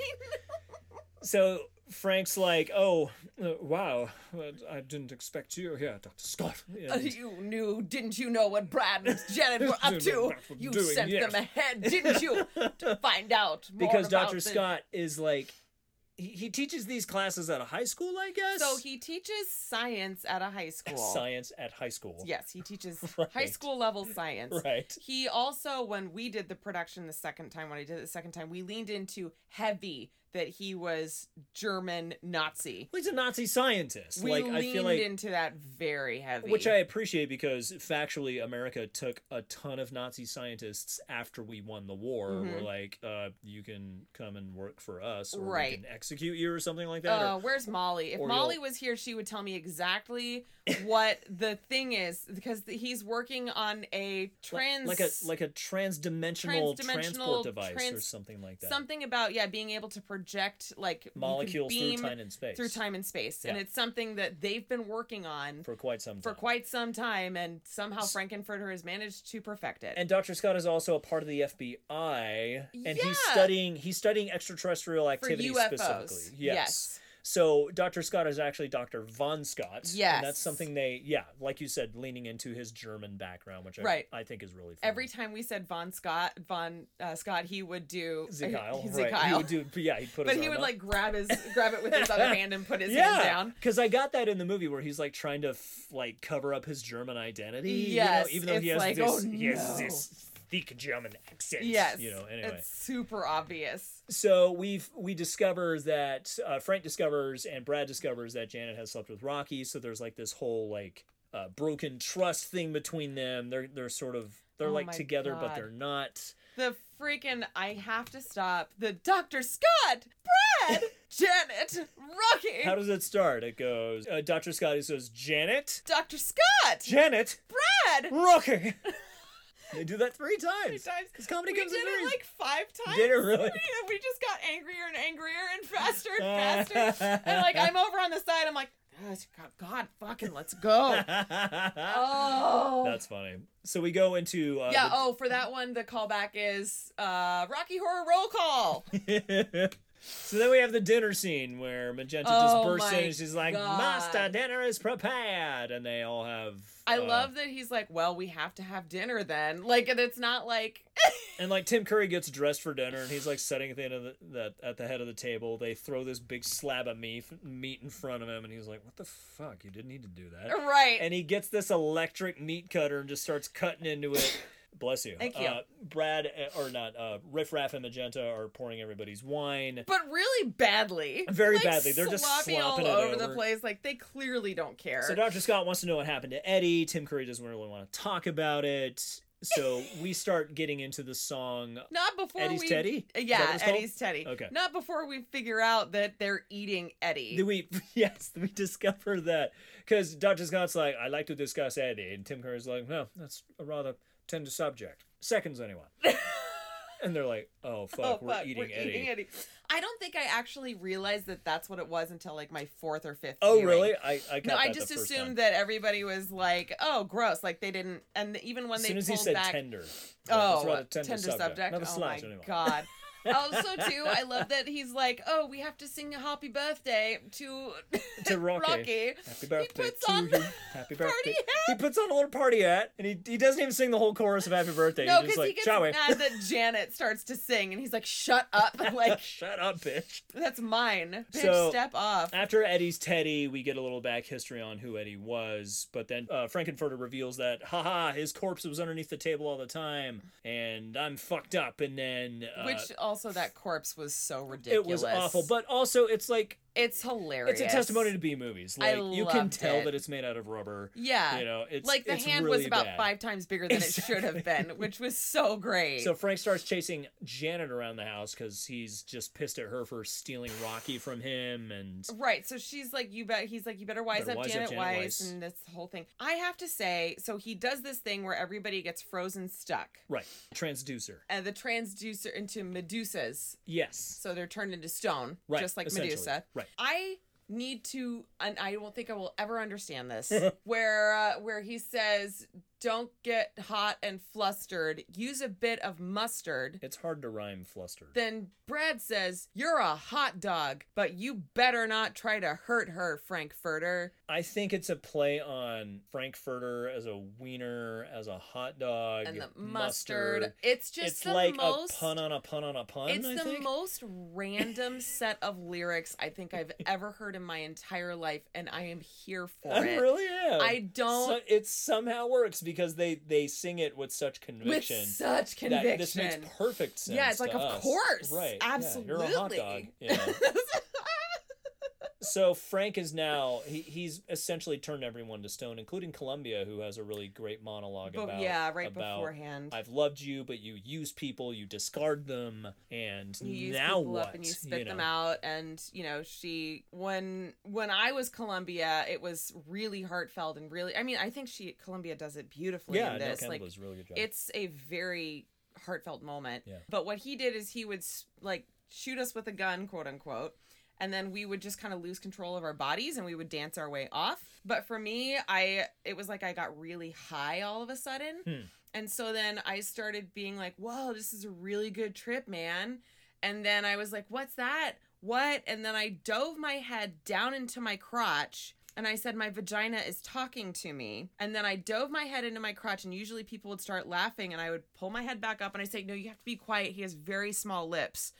Speaker 3: So Frank's like, "Oh,
Speaker 4: Uh, wow, uh, I didn't expect you here, Dr. Scott.
Speaker 2: Uh,
Speaker 4: And
Speaker 2: you knew, didn't you know what Brad and Janet were up
Speaker 4: Didn't know
Speaker 2: to?
Speaker 4: what they were
Speaker 2: You
Speaker 4: doing,
Speaker 2: sent
Speaker 4: yes.
Speaker 2: them ahead, didn't you, to find out more
Speaker 3: because
Speaker 2: about
Speaker 3: Dr.
Speaker 2: the-
Speaker 3: Scott is like he, he teaches these classes at a high school, I guess.
Speaker 2: So he teaches science at a high school.
Speaker 3: science at high school.
Speaker 2: Yes, he teaches high
Speaker 3: Right.
Speaker 2: school level science.
Speaker 3: Right.
Speaker 2: He also, when we did the production the second time, when I did it the second time, we leaned into heavy that he was German Nazi.
Speaker 3: Well, he's a Nazi scientist.
Speaker 2: We
Speaker 3: like
Speaker 2: leaned
Speaker 3: I feel like
Speaker 2: into that very heavy.
Speaker 3: which I appreciate because factually America took a ton of Nazi scientists after we won the war. We're
Speaker 2: Mhm.
Speaker 3: like, uh, you can come and work for us or
Speaker 2: Right.
Speaker 3: we can execute you or something like that. or-
Speaker 2: Uh, where's Molly? If
Speaker 3: or
Speaker 2: Molly
Speaker 3: you'll-
Speaker 2: was here, she would tell me exactly what the thing is because he's working on a
Speaker 3: Like-
Speaker 2: trans
Speaker 3: like a like a transdimensional
Speaker 2: transdimensional
Speaker 3: transport device or
Speaker 2: trans-
Speaker 3: something like that.
Speaker 2: something about yeah being able to project like you can
Speaker 3: Molecules through
Speaker 2: beam
Speaker 3: time and space.
Speaker 2: through time and space, and
Speaker 3: Yeah.
Speaker 2: it's something that they've been working on
Speaker 3: for quite some time.
Speaker 2: for quite some time, and somehow Frankenfurter has managed to perfect it.
Speaker 3: and Dr. Scott is also a part of the FBI and
Speaker 2: Yeah.
Speaker 3: he's studying he's studying extraterrestrial
Speaker 2: for
Speaker 3: activity
Speaker 2: UFOs,
Speaker 3: specifically.
Speaker 2: yes.
Speaker 3: So Dr. Scott is actually Dr. Von Scott.
Speaker 2: Yes.
Speaker 3: And that's something they, yeah, like you said, leaning into his German background, which I,
Speaker 2: Right.
Speaker 3: I think is really fun.
Speaker 2: Every time we said Von Scott, Von uh, Scott, he would do
Speaker 3: Zekile,
Speaker 2: He's
Speaker 3: right. He
Speaker 2: Zekile.
Speaker 3: would do, yeah, he'd put
Speaker 2: but
Speaker 3: his
Speaker 2: he
Speaker 3: arm
Speaker 2: would
Speaker 3: up.
Speaker 2: like grab his grab it with his other hand and put his hand down.
Speaker 3: because I got that in the movie where he's like trying to f- like cover up his German identity.
Speaker 2: Yes,
Speaker 3: you know, even though he has
Speaker 2: it's like,
Speaker 3: this,
Speaker 2: oh,
Speaker 3: he has
Speaker 2: no.
Speaker 3: this thick German accent.
Speaker 2: Yes,
Speaker 3: you know. Anyway,
Speaker 2: it's super obvious.
Speaker 3: so we've we discover that uh, Frank discovers and Brad discovers that Janet has slept with Rocky. So there's like this whole like uh, broken trust thing between them. They're they're sort of they're
Speaker 2: Oh
Speaker 3: like
Speaker 2: my
Speaker 3: together, but
Speaker 2: God.
Speaker 3: they're not.
Speaker 2: The freaking I have to stop. The Doctor Scott, Brad, Janet, Rocky,
Speaker 3: How does it start? It goes uh, Doctor Scotty says Janet,
Speaker 2: Doctor Scott,
Speaker 3: Janet,
Speaker 2: Brad.
Speaker 3: Rocky. they do that three times.
Speaker 2: times.
Speaker 3: This comedy
Speaker 2: we
Speaker 3: comes in
Speaker 2: did
Speaker 3: threes.
Speaker 2: it like five times.
Speaker 3: Did it really?
Speaker 2: We, we just got angrier and angrier and faster and faster. and like I'm over on the side, I'm like, "Guys, God, God fucking, let's go. Oh.
Speaker 3: That's funny. So we go into uh,
Speaker 2: yeah. Oh, for that one, the callback is uh, Rocky Horror Roll Call.
Speaker 3: the- so then we have the dinner scene where Magenta
Speaker 2: Oh
Speaker 3: just bursts
Speaker 2: my
Speaker 3: in and she's like,
Speaker 2: God.
Speaker 3: "Master, dinner is prepared," and they all have.
Speaker 2: I
Speaker 3: uh,
Speaker 2: love that he's like, well, we have to have dinner then. Like, and it's not like
Speaker 3: And like Tim Curry gets dressed for dinner, and he's like sitting at the end of the, the at the head of the table. They throw this big slab of meat meat in front of him, and he's like, "What the fuck? You didn't need to do that."
Speaker 2: Right.
Speaker 3: And he gets this electric meat cutter and just starts cutting into it. Bless you.
Speaker 2: Thank you.
Speaker 3: Uh, Brad or not? Uh, Riff Raff and Magenta are pouring everybody's wine.
Speaker 2: but really badly.
Speaker 3: Very
Speaker 2: Like,
Speaker 3: badly. They're just
Speaker 2: sloppy all
Speaker 3: slopping it
Speaker 2: over, the
Speaker 3: over.
Speaker 2: place. Like they clearly don't care.
Speaker 3: So Dr. Scott wants to know what happened to Eddie. Tim Curry doesn't really want to talk about it. So we start getting into the song.
Speaker 2: Not before
Speaker 3: Eddie's
Speaker 2: we Uh,
Speaker 3: Teddy? Is that what
Speaker 2: Yeah,
Speaker 3: it's called?
Speaker 2: Eddie's Teddy.
Speaker 3: Okay.
Speaker 2: Not before we figure out that they're eating Eddie.
Speaker 3: Do we yes, we discover that because Dr. Scott's like, I like to discuss Eddie, and Tim Curry's like, no, that's a rather tender subject. Seconds anyone. and they're like, oh fuck,
Speaker 2: Oh,
Speaker 3: we're,
Speaker 2: fuck,
Speaker 3: eating, Eddie.
Speaker 2: I don't think I actually realized that that's what it was until like my fourth or fifth.
Speaker 3: Oh
Speaker 2: viewing.
Speaker 3: really? I I
Speaker 2: No,
Speaker 3: caught
Speaker 2: I
Speaker 3: that
Speaker 2: just
Speaker 3: the first time.
Speaker 2: assumed that everybody was like, "Oh, gross!" Like they didn't, and even when
Speaker 3: As
Speaker 2: they
Speaker 3: soon as he
Speaker 2: pulled
Speaker 3: said
Speaker 2: back,
Speaker 3: tender. like,
Speaker 2: oh,
Speaker 3: it's a rather tender, subject. Not a
Speaker 2: oh
Speaker 3: slouch
Speaker 2: my
Speaker 3: anyone.
Speaker 2: god. also, too, I love that he's like, "Oh, we have to sing a happy birthday to
Speaker 3: To Rocky.
Speaker 2: Rocky."
Speaker 3: Happy birthday
Speaker 2: puts
Speaker 3: to
Speaker 2: on
Speaker 3: you. Happy birthday.
Speaker 2: party hat.
Speaker 3: He puts on a little party hat, and he, he doesn't even sing the whole chorus of Happy Birthday.
Speaker 2: No,
Speaker 3: he's
Speaker 2: because
Speaker 3: just like, eh."
Speaker 2: he gets
Speaker 3: "Chaway."
Speaker 2: mad that Janet starts to sing, and he's like, "Shut up!" Like
Speaker 3: Shut up, bitch.
Speaker 2: that's mine. Bitch,
Speaker 3: So-
Speaker 2: step off.
Speaker 3: After Eddie's Teddy, we get a little back history on who Eddie was, but then uh, Frankenfurter reveals that, haha, his corpse was underneath the table all the time, and I'm fucked up. And then uh,
Speaker 2: Which also that corpse was so
Speaker 3: it
Speaker 2: ridiculous.
Speaker 3: was awful, but also it's like
Speaker 2: it's hilarious.
Speaker 3: it's a testimony to B movies.
Speaker 2: I
Speaker 3: Like you can
Speaker 2: loved
Speaker 3: tell
Speaker 2: it.
Speaker 3: that it's made out of rubber.
Speaker 2: Yeah.
Speaker 3: You know, it's
Speaker 2: like the
Speaker 3: it's
Speaker 2: hand was
Speaker 3: really
Speaker 2: about
Speaker 3: bad.
Speaker 2: five times bigger than it should have been, which was so great.
Speaker 3: So Frank starts chasing Janet around the house because he's just pissed at her for stealing Rocky from him, and
Speaker 2: Right, so she's like, you bet. He's like, you better wise
Speaker 3: Better
Speaker 2: up,
Speaker 3: wise up,
Speaker 2: Janet,
Speaker 3: Janet
Speaker 2: Weiss,
Speaker 3: Weiss.
Speaker 2: and this whole thing. I have to say, so he does this thing where everybody gets frozen stuck,
Speaker 3: right transducer.
Speaker 2: and the transducer into Medusas,
Speaker 3: Yes,
Speaker 2: so they're turned into stone,
Speaker 3: right,
Speaker 2: just like
Speaker 3: essentially.
Speaker 2: Medusa.
Speaker 3: Right.
Speaker 2: I need to, and I don't think I will ever understand this, where uh, where he says, "Don't get hot and flustered. Use a bit of mustard."
Speaker 3: It's hard to rhyme flustered.
Speaker 2: Then Brad says, "You're a hot dog, but you better not try to hurt her, Frankfurter."
Speaker 3: I think it's a play on Frankfurter as a wiener, as a hot dog,
Speaker 2: And the mustard. It's just
Speaker 3: it's
Speaker 2: the
Speaker 3: like
Speaker 2: most.
Speaker 3: a pun on a pun on a pun.
Speaker 2: It's
Speaker 3: I
Speaker 2: the
Speaker 3: think.
Speaker 2: most random set of lyrics I think I've ever heard in my entire life, and I am here for
Speaker 3: I
Speaker 2: it.
Speaker 3: really am.
Speaker 2: I don't
Speaker 3: So it somehow works because they they sing it with such
Speaker 2: with
Speaker 3: conviction.
Speaker 2: such
Speaker 3: that
Speaker 2: conviction.
Speaker 3: this makes perfect sense.
Speaker 2: Yeah, it's like,
Speaker 3: to
Speaker 2: of
Speaker 3: us.
Speaker 2: course.
Speaker 3: right? Yeah, you're a hot dog.
Speaker 2: Absolutely.
Speaker 3: You know? so Frank is now he, he's essentially turned everyone to stone, including Columbia, who has a really great monologue
Speaker 2: But
Speaker 3: about
Speaker 2: yeah, right
Speaker 3: about,
Speaker 2: beforehand.
Speaker 3: I've loved you, but you use people, you discard them, and
Speaker 2: you use
Speaker 3: now
Speaker 2: people
Speaker 3: what?
Speaker 2: up and you spit them
Speaker 3: know?
Speaker 2: out and you know she when when i was columbia it was really heartfelt and really i mean i think she columbia does it beautifully
Speaker 3: Yeah,
Speaker 2: in
Speaker 3: no,
Speaker 2: this
Speaker 3: Campbell
Speaker 2: like
Speaker 3: does a really good job.
Speaker 2: it's a very heartfelt moment
Speaker 3: Yeah.
Speaker 2: but what he did is he would s- like shoot us with a gun quote unquote and then we would just kind of lose control of our bodies and we would dance our way off but for me i it was like i got really high all of a sudden
Speaker 3: Hmm.
Speaker 2: and so then i started being like whoa this is a really good trip man and then i was like what's that what and then i dove my head down into my crotch and I said, My vagina is talking to me. And then I dove my head into my crotch, and usually people would start laughing, and I would pull my head back up and I say, No, you have to be quiet. He has very small lips.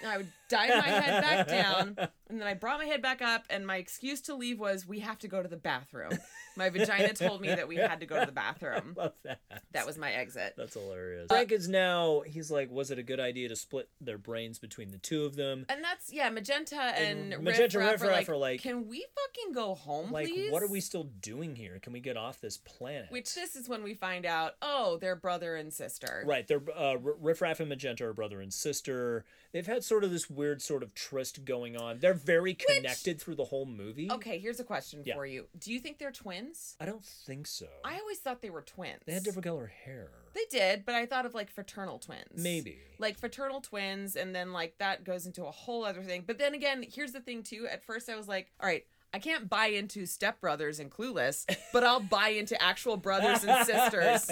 Speaker 2: And I would dive my head back down, and then I brought my head back up, and my excuse to leave was, We have to go to the bathroom. My vagina told me that we had to go to the bathroom.
Speaker 3: Love that.
Speaker 2: That was my exit.
Speaker 3: That's hilarious.
Speaker 2: Uh,
Speaker 3: Frank is now, he's like, was it a good idea to split their brains between the two of them?
Speaker 2: And that's, yeah, Magenta and,
Speaker 3: And Magenta
Speaker 2: Magenta Riff, Raff
Speaker 3: Riff
Speaker 2: are
Speaker 3: Raff
Speaker 2: like,
Speaker 3: are like-
Speaker 2: Can we fucking go home,
Speaker 3: Like,
Speaker 2: please?
Speaker 3: what are we still doing here? Can we get off this planet?
Speaker 2: Which this is when we find out, oh, they're brother and sister.
Speaker 3: Right, they're uh, R- Riff Raff and Magenta are brother and sister. They've had sort of this weird sort of tryst going on. They're very connected through the whole movie.
Speaker 2: Okay, here's a question
Speaker 3: Yeah.
Speaker 2: for you. Do you think they're twins?
Speaker 3: I don't think so.
Speaker 2: I always thought they were twins.
Speaker 3: They had different color hair.
Speaker 2: They did, but I thought of like fraternal twins.
Speaker 3: Maybe.
Speaker 2: Like fraternal twins, and then like that goes into a whole other thing. But then again, here's the thing too. At first, I was like, all right, I can't buy into stepbrothers and clueless, but I'll buy into actual brothers and sisters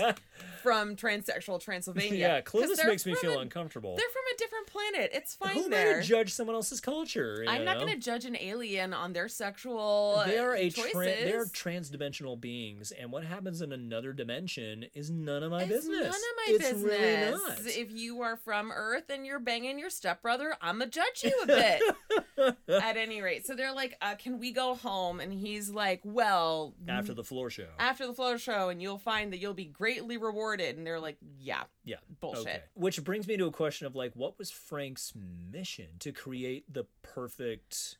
Speaker 2: from transsexual Transylvania.
Speaker 3: yeah,
Speaker 2: 'Cause
Speaker 3: Clueless
Speaker 2: they're
Speaker 3: makes me
Speaker 2: from
Speaker 3: feel
Speaker 2: a-
Speaker 3: uncomfortable.
Speaker 2: They're from a different planet. It's fine
Speaker 3: Who am I
Speaker 2: there.
Speaker 3: to judge someone else's culture? you
Speaker 2: I'm not
Speaker 3: know?
Speaker 2: going to judge an alien on their sexual.
Speaker 3: They are a
Speaker 2: choices.
Speaker 3: tran they are transdimensional beings, and what happens in another dimension is none of my
Speaker 2: it's
Speaker 3: business.
Speaker 2: none of my
Speaker 3: it's
Speaker 2: business.
Speaker 3: really
Speaker 2: If you are from Earth and you're banging your stepbrother, I'm gonna judge you a bit. At any rate, so they're like, uh, "Can we go home?" And he's like, "Well,
Speaker 3: not. After the floor show,
Speaker 2: after the flow show, and you'll find that you'll be greatly rewarded." And they're like, "Yeah,
Speaker 3: yeah,
Speaker 2: bullshit."
Speaker 3: okay. Which brings me to a question of like, what was Frank's mission to create the perfect,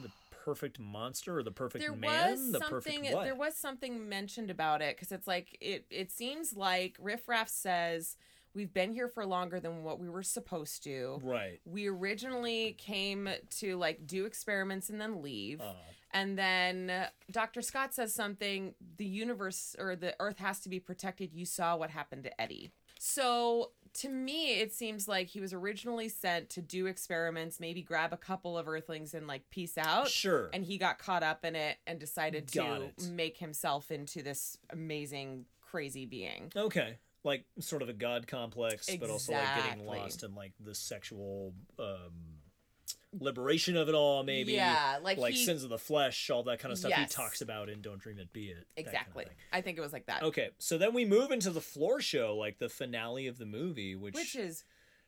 Speaker 3: the perfect monster or the perfect
Speaker 2: There
Speaker 3: man,
Speaker 2: was
Speaker 3: the
Speaker 2: something.
Speaker 3: perfect what?
Speaker 2: There was something mentioned about it because it's like it. It seems like Riff Raff says we've been here for longer than what we were supposed to.
Speaker 3: right.
Speaker 2: we originally came to like do experiments and then leave
Speaker 3: Uh,
Speaker 2: and then uh, dr scott says something the universe or the earth has to be protected you saw what happened to eddie so to me it seems like he was originally sent to do experiments maybe grab a couple of earthlings and like peace out
Speaker 3: sure.
Speaker 2: and he got caught up in it and decided
Speaker 3: Got
Speaker 2: to
Speaker 3: it.
Speaker 2: make himself into this amazing crazy being
Speaker 3: Okay. Like sort of a god complex, but also like getting
Speaker 2: Exactly.
Speaker 3: lost in like the sexual um liberation of it all, maybe.
Speaker 2: yeah like,
Speaker 3: Like,
Speaker 2: he
Speaker 3: sins of the flesh, all that kind of stuff
Speaker 2: Yes.
Speaker 3: he talks about in Don't Dream It Be It. that kind of
Speaker 2: exactly
Speaker 3: thing.
Speaker 2: i think it was like that
Speaker 3: okay. So then we move into the floor show, like the finale of the movie, which
Speaker 2: which is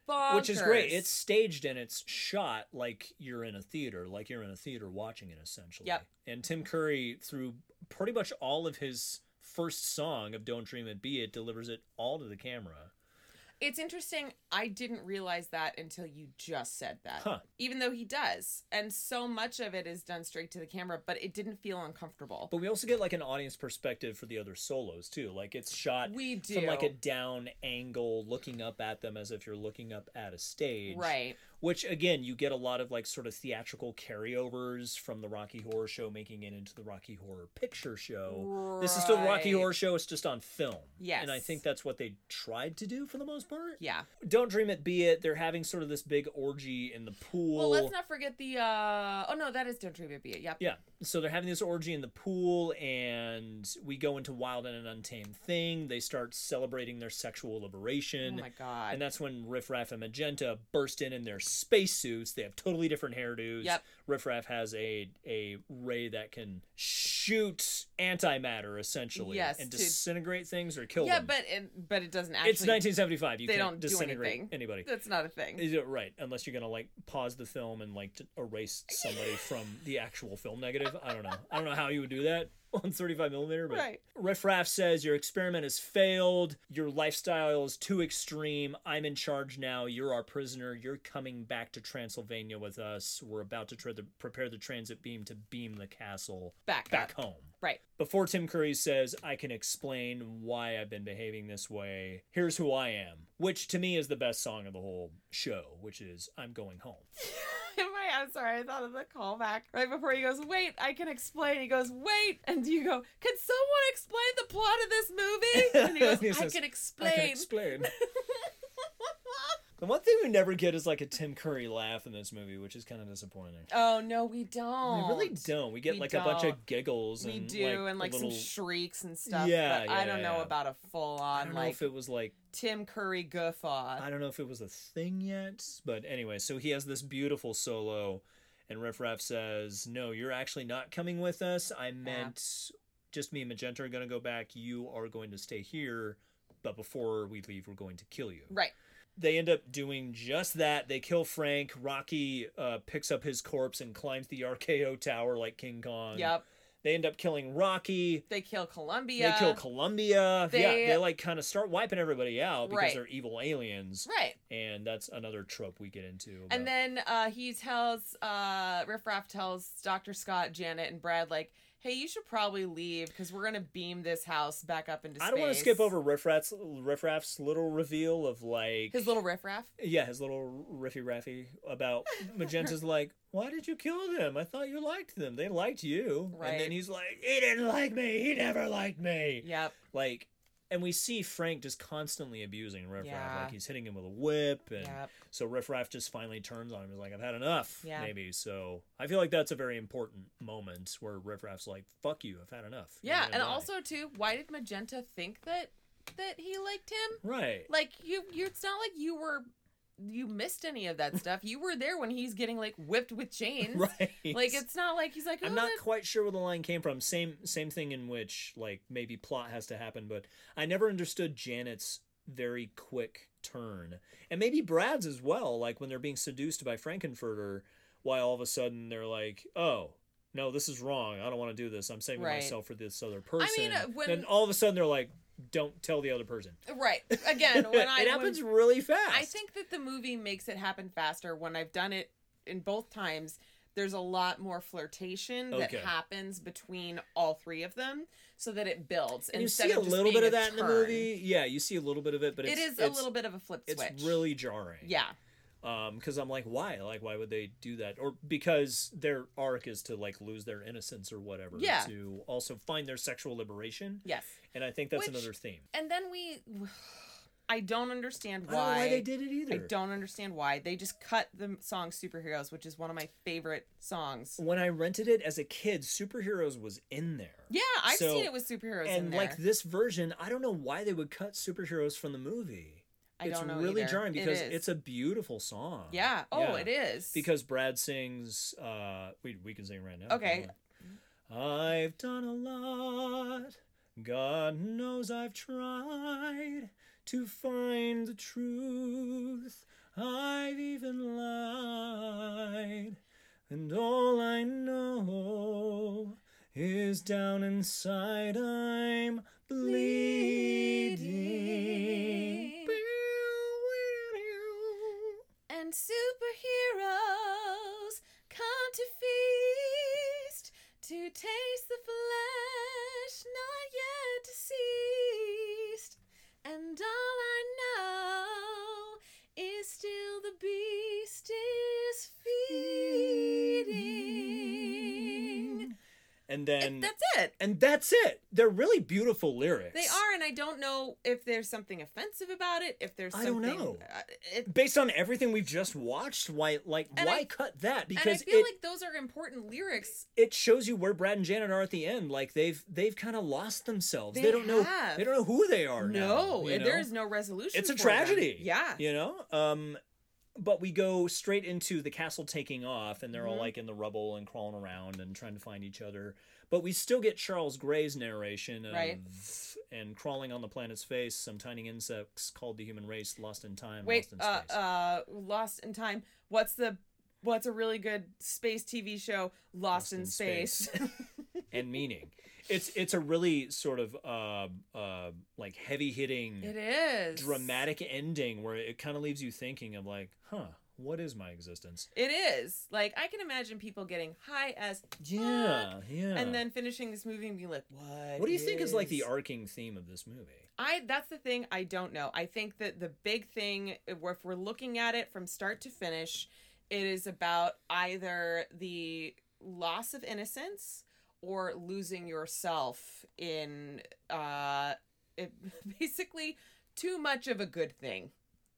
Speaker 2: bonkers.
Speaker 3: which is great. It's staged and it's shot like you're in a theater, like you're in a theater watching it essentially.
Speaker 2: Yep.
Speaker 3: And Tim Curry, through pretty much all of his first song of Don't Dream It Be It, delivers it all to the camera.
Speaker 2: It's interesting. I didn't realize that until you just said that.
Speaker 3: Huh.
Speaker 2: Even though he does, and so much of it is done straight to the camera, but it didn't feel uncomfortable.
Speaker 3: But we also get like an audience perspective for the other solos too. Like it's shot
Speaker 2: we do
Speaker 3: from like a down angle, looking up at them as if you're looking up at a stage.
Speaker 2: right.
Speaker 3: Which again, you get a lot of like sort of theatrical carryovers from the Rocky Horror Show making it into the Rocky Horror Picture Show. Oh. This is still the Rocky
Speaker 2: Right.
Speaker 3: Horror Show. It's just on film.
Speaker 2: Yes.
Speaker 3: And I think that's what they tried to do for the most part.
Speaker 2: Yeah.
Speaker 3: Don't Dream It Be It. They're having sort of this big orgy in the pool.
Speaker 2: Well, let's not forget the. uh Oh no, that is don't dream it be it. Yep.
Speaker 3: Yeah. So they're having this orgy in the pool, and we go into Wild and an Untamed Thing. They start celebrating their sexual liberation.
Speaker 2: oh my god.
Speaker 3: and that's when Riff Raff and Magenta burst in in their spacesuits. They have totally different hairdos.
Speaker 2: Yep.
Speaker 3: Riff Raff has a a ray that can shoot antimatter essentially
Speaker 2: Yes,
Speaker 3: and
Speaker 2: to-
Speaker 3: disintegrate things or kill
Speaker 2: yeah,
Speaker 3: them.
Speaker 2: but it, but it doesn't actually.
Speaker 3: it's 1975. You
Speaker 2: they
Speaker 3: can't
Speaker 2: don't do
Speaker 3: disintegrate
Speaker 2: anything.
Speaker 3: anybody.
Speaker 2: That's not a thing.
Speaker 3: Is it right? Unless you're gonna like pause the film and like t- erase somebody from the actual film negative. I don't know. I don't know how you would do that on 35 millimeter. But
Speaker 2: Right.
Speaker 3: Riff Raff says your experiment has failed. Your lifestyle is too extreme. I'm in charge now. You're our prisoner. You're coming back to Transylvania with us. We're about to tra- the, prepare the transit beam to beam the castle
Speaker 2: Back.
Speaker 3: back
Speaker 2: up.
Speaker 3: home.
Speaker 2: Right.
Speaker 3: Before Tim Curry says, I can explain why I've been behaving this way, here's who I am, which to me is the best song of the whole show, which is I'm Going Home.
Speaker 2: Am I? I'm sorry. I thought of the callback right before he goes. Wait, I can explain. He goes, wait, and you go. Can someone explain the plot of this movie? And he goes,
Speaker 3: He
Speaker 2: I
Speaker 3: says,
Speaker 2: can explain.
Speaker 3: I can explain. the one thing we never get is like a Tim Curry laugh in this movie, which is kind of disappointing.
Speaker 2: oh no, we
Speaker 3: We
Speaker 2: don't.
Speaker 3: really don't. We get
Speaker 2: We
Speaker 3: like a bunch
Speaker 2: don't.
Speaker 3: of giggles
Speaker 2: We
Speaker 3: and
Speaker 2: do,
Speaker 3: like,
Speaker 2: and like
Speaker 3: a little,
Speaker 2: some shrieks and stuff.
Speaker 3: Yeah,
Speaker 2: but
Speaker 3: yeah,
Speaker 2: I don't know
Speaker 3: yeah.
Speaker 2: about a full
Speaker 3: I
Speaker 2: on
Speaker 3: don't know
Speaker 2: like
Speaker 3: if it was like
Speaker 2: Tim Curry guffaw.
Speaker 3: I don't know if it was a thing yet, but anyway, so he has this beautiful solo, and Riff Raff says, "No, you're actually not coming with us. I meant just me and Magenta are going to go back. You are going to stay here, but before we leave, we're going to kill you."
Speaker 2: Right.
Speaker 3: They end up doing just that. They kill Frank. Rocky uh, picks up his corpse and climbs the RKO tower like King Kong.
Speaker 2: Yep.
Speaker 3: They end up killing Rocky.
Speaker 2: They kill Columbia.
Speaker 3: They kill Columbia. yeah,
Speaker 2: They-
Speaker 3: they like kind of start wiping everybody out because
Speaker 2: Right.
Speaker 3: they're evil aliens
Speaker 2: Right.
Speaker 3: and that's another trope we get into.
Speaker 2: And then uh, he tells uh, Riff Raff tells Doctor Scott, Janet, and Brad like, "Hey, you should probably leave because we're gonna beam this house back up into space."
Speaker 3: I don't want to skip over Riff Raff's, Riff Raff's little reveal of like
Speaker 2: his little Riff Raff.
Speaker 3: yeah his little riffy raffy about Magenta's like why did you kill them? I thought you liked them. They liked you. And
Speaker 2: Right.
Speaker 3: then he's like he didn't like me. He never liked me.
Speaker 2: Yep.
Speaker 3: Like. And we see Frank just constantly abusing Riff Raff,
Speaker 2: Yeah.
Speaker 3: like he's hitting him with a whip, and
Speaker 2: Yep.
Speaker 3: so Riff Raff just finally turns on him. He's like, "I've had enough."
Speaker 2: Yeah.
Speaker 3: Maybe so. I feel like that's a very important moment where Riff Raff's like, "Fuck you, I've had enough." You're
Speaker 2: Yeah,
Speaker 3: gonna
Speaker 2: and
Speaker 3: die."
Speaker 2: also too, why did Magenta think that that he liked him.
Speaker 3: Right.
Speaker 2: Like you, you. It's not like you were, you missed any of that stuff. You were there when he's getting like whipped with chains.
Speaker 3: Right.
Speaker 2: Like it's not like he's like. Oh,
Speaker 3: I'm not
Speaker 2: that-
Speaker 3: quite sure where the line came from. Same same thing in which like maybe plot has to happen, but I never understood Janet's very quick turn. And maybe Brad's as well, like when they're being seduced by Frankenfurter, why all of a sudden they're like, "Oh, no, this is wrong. I don't want to do this. I'm saving
Speaker 2: Right.
Speaker 3: myself for this other person."
Speaker 2: uh, when-
Speaker 3: Then all of a sudden they're like, "Don't tell the other person."
Speaker 2: right again. When I
Speaker 3: it
Speaker 2: when-
Speaker 3: happens really fast.
Speaker 2: I think that the movie makes it happen faster. When I've done it in both times, there's a lot more flirtation that
Speaker 3: Okay.
Speaker 2: happens between all three of them, so that it builds.
Speaker 3: And you
Speaker 2: instead
Speaker 3: see
Speaker 2: of
Speaker 3: a
Speaker 2: just
Speaker 3: little bit
Speaker 2: being
Speaker 3: of
Speaker 2: a
Speaker 3: that in the
Speaker 2: turn.
Speaker 3: movie. Yeah, you see a little bit of it, but
Speaker 2: It
Speaker 3: it's,
Speaker 2: is a
Speaker 3: it's-
Speaker 2: little bit of a flip switch.
Speaker 3: It's really jarring.
Speaker 2: yeah,
Speaker 3: um because i'm like why like why would they do that or because their arc is to like lose their innocence or whatever
Speaker 2: Yeah.
Speaker 3: to also find their sexual liberation
Speaker 2: yes.
Speaker 3: and i think that's
Speaker 2: Which-
Speaker 3: another theme
Speaker 2: And then we, I don't understand
Speaker 3: i don't know
Speaker 2: why.
Speaker 3: why they did it either
Speaker 2: I don't understand why they just cut the song "Superheroes," which is one of my favorite songs.
Speaker 3: when i rented it as a kid superheroes was in there
Speaker 2: Yeah, I've
Speaker 3: So-
Speaker 2: seen it with superheroes in
Speaker 3: and
Speaker 2: there.
Speaker 3: like this version i don't know why they would cut superheroes from the movie
Speaker 2: I
Speaker 3: it's
Speaker 2: don't know
Speaker 3: really
Speaker 2: either.
Speaker 3: jarring
Speaker 2: It
Speaker 3: because
Speaker 2: is.
Speaker 3: it's a beautiful song
Speaker 2: yeah. Oh, it is
Speaker 3: because Brad sings. Uh, we we can sing right now. if you
Speaker 2: Okay.
Speaker 3: want. I've done a lot. God knows I've tried to find the truth. I've even lied, and all I know is down inside I'm bleeding.
Speaker 2: Bleeding. and superheroes come to feast to taste the flesh not yet deceased and all i know is still the beast is feeding
Speaker 3: Mm-hmm. And then
Speaker 2: that's it
Speaker 3: and that's it. They're really beautiful lyrics.
Speaker 2: they are and i don't know if there's something offensive about it if there's
Speaker 3: I
Speaker 2: something
Speaker 3: don't know.
Speaker 2: uh, it,
Speaker 3: based on everything we've just watched. Why, like,
Speaker 2: And
Speaker 3: why
Speaker 2: I-
Speaker 3: cut that?
Speaker 2: and i
Speaker 3: Because
Speaker 2: feel
Speaker 3: it
Speaker 2: like those are important lyrics
Speaker 3: it shows you where Brad and Janet are at the end. Like they've they've kind of lost themselves. They,
Speaker 2: They
Speaker 3: don't know.
Speaker 2: have.
Speaker 3: They don't know who they are. now,
Speaker 2: No,
Speaker 3: you know?
Speaker 2: there is no resolution.
Speaker 3: It's a
Speaker 2: for
Speaker 3: tragedy.
Speaker 2: them. Yeah.
Speaker 3: you know. Um, but we go straight into the castle taking off, and they're
Speaker 2: Mm-hmm.
Speaker 3: all like in the rubble and crawling around and trying to find each other. But we still get Charles Gray's narration of
Speaker 2: Right.
Speaker 3: and crawling on the planet's face, some tiny insects called the human race, lost in time,
Speaker 2: Wait,
Speaker 3: lost in
Speaker 2: uh,
Speaker 3: space.
Speaker 2: uh, Lost in Time. What's the What's a really good space TV show? Lost, in,
Speaker 3: in
Speaker 2: Space.
Speaker 3: and meaning. It's it's a really sort of uh, uh, like heavy
Speaker 2: it
Speaker 3: hitting,
Speaker 2: is
Speaker 3: dramatic ending where it kind of leaves you thinking of like, huh, what is my existence?
Speaker 2: It is like I can imagine people getting high as
Speaker 3: Yeah, yeah.
Speaker 2: and then finishing this movie and being like, "What?
Speaker 3: what do you think is like the
Speaker 2: is-
Speaker 3: arcing theme of this movie?
Speaker 2: I that's the thing I don't know. I think that the big thing if we're- if we're looking at it from start to finish, it is about either the loss of innocence or losing yourself in uh it, basically too much of a good thing.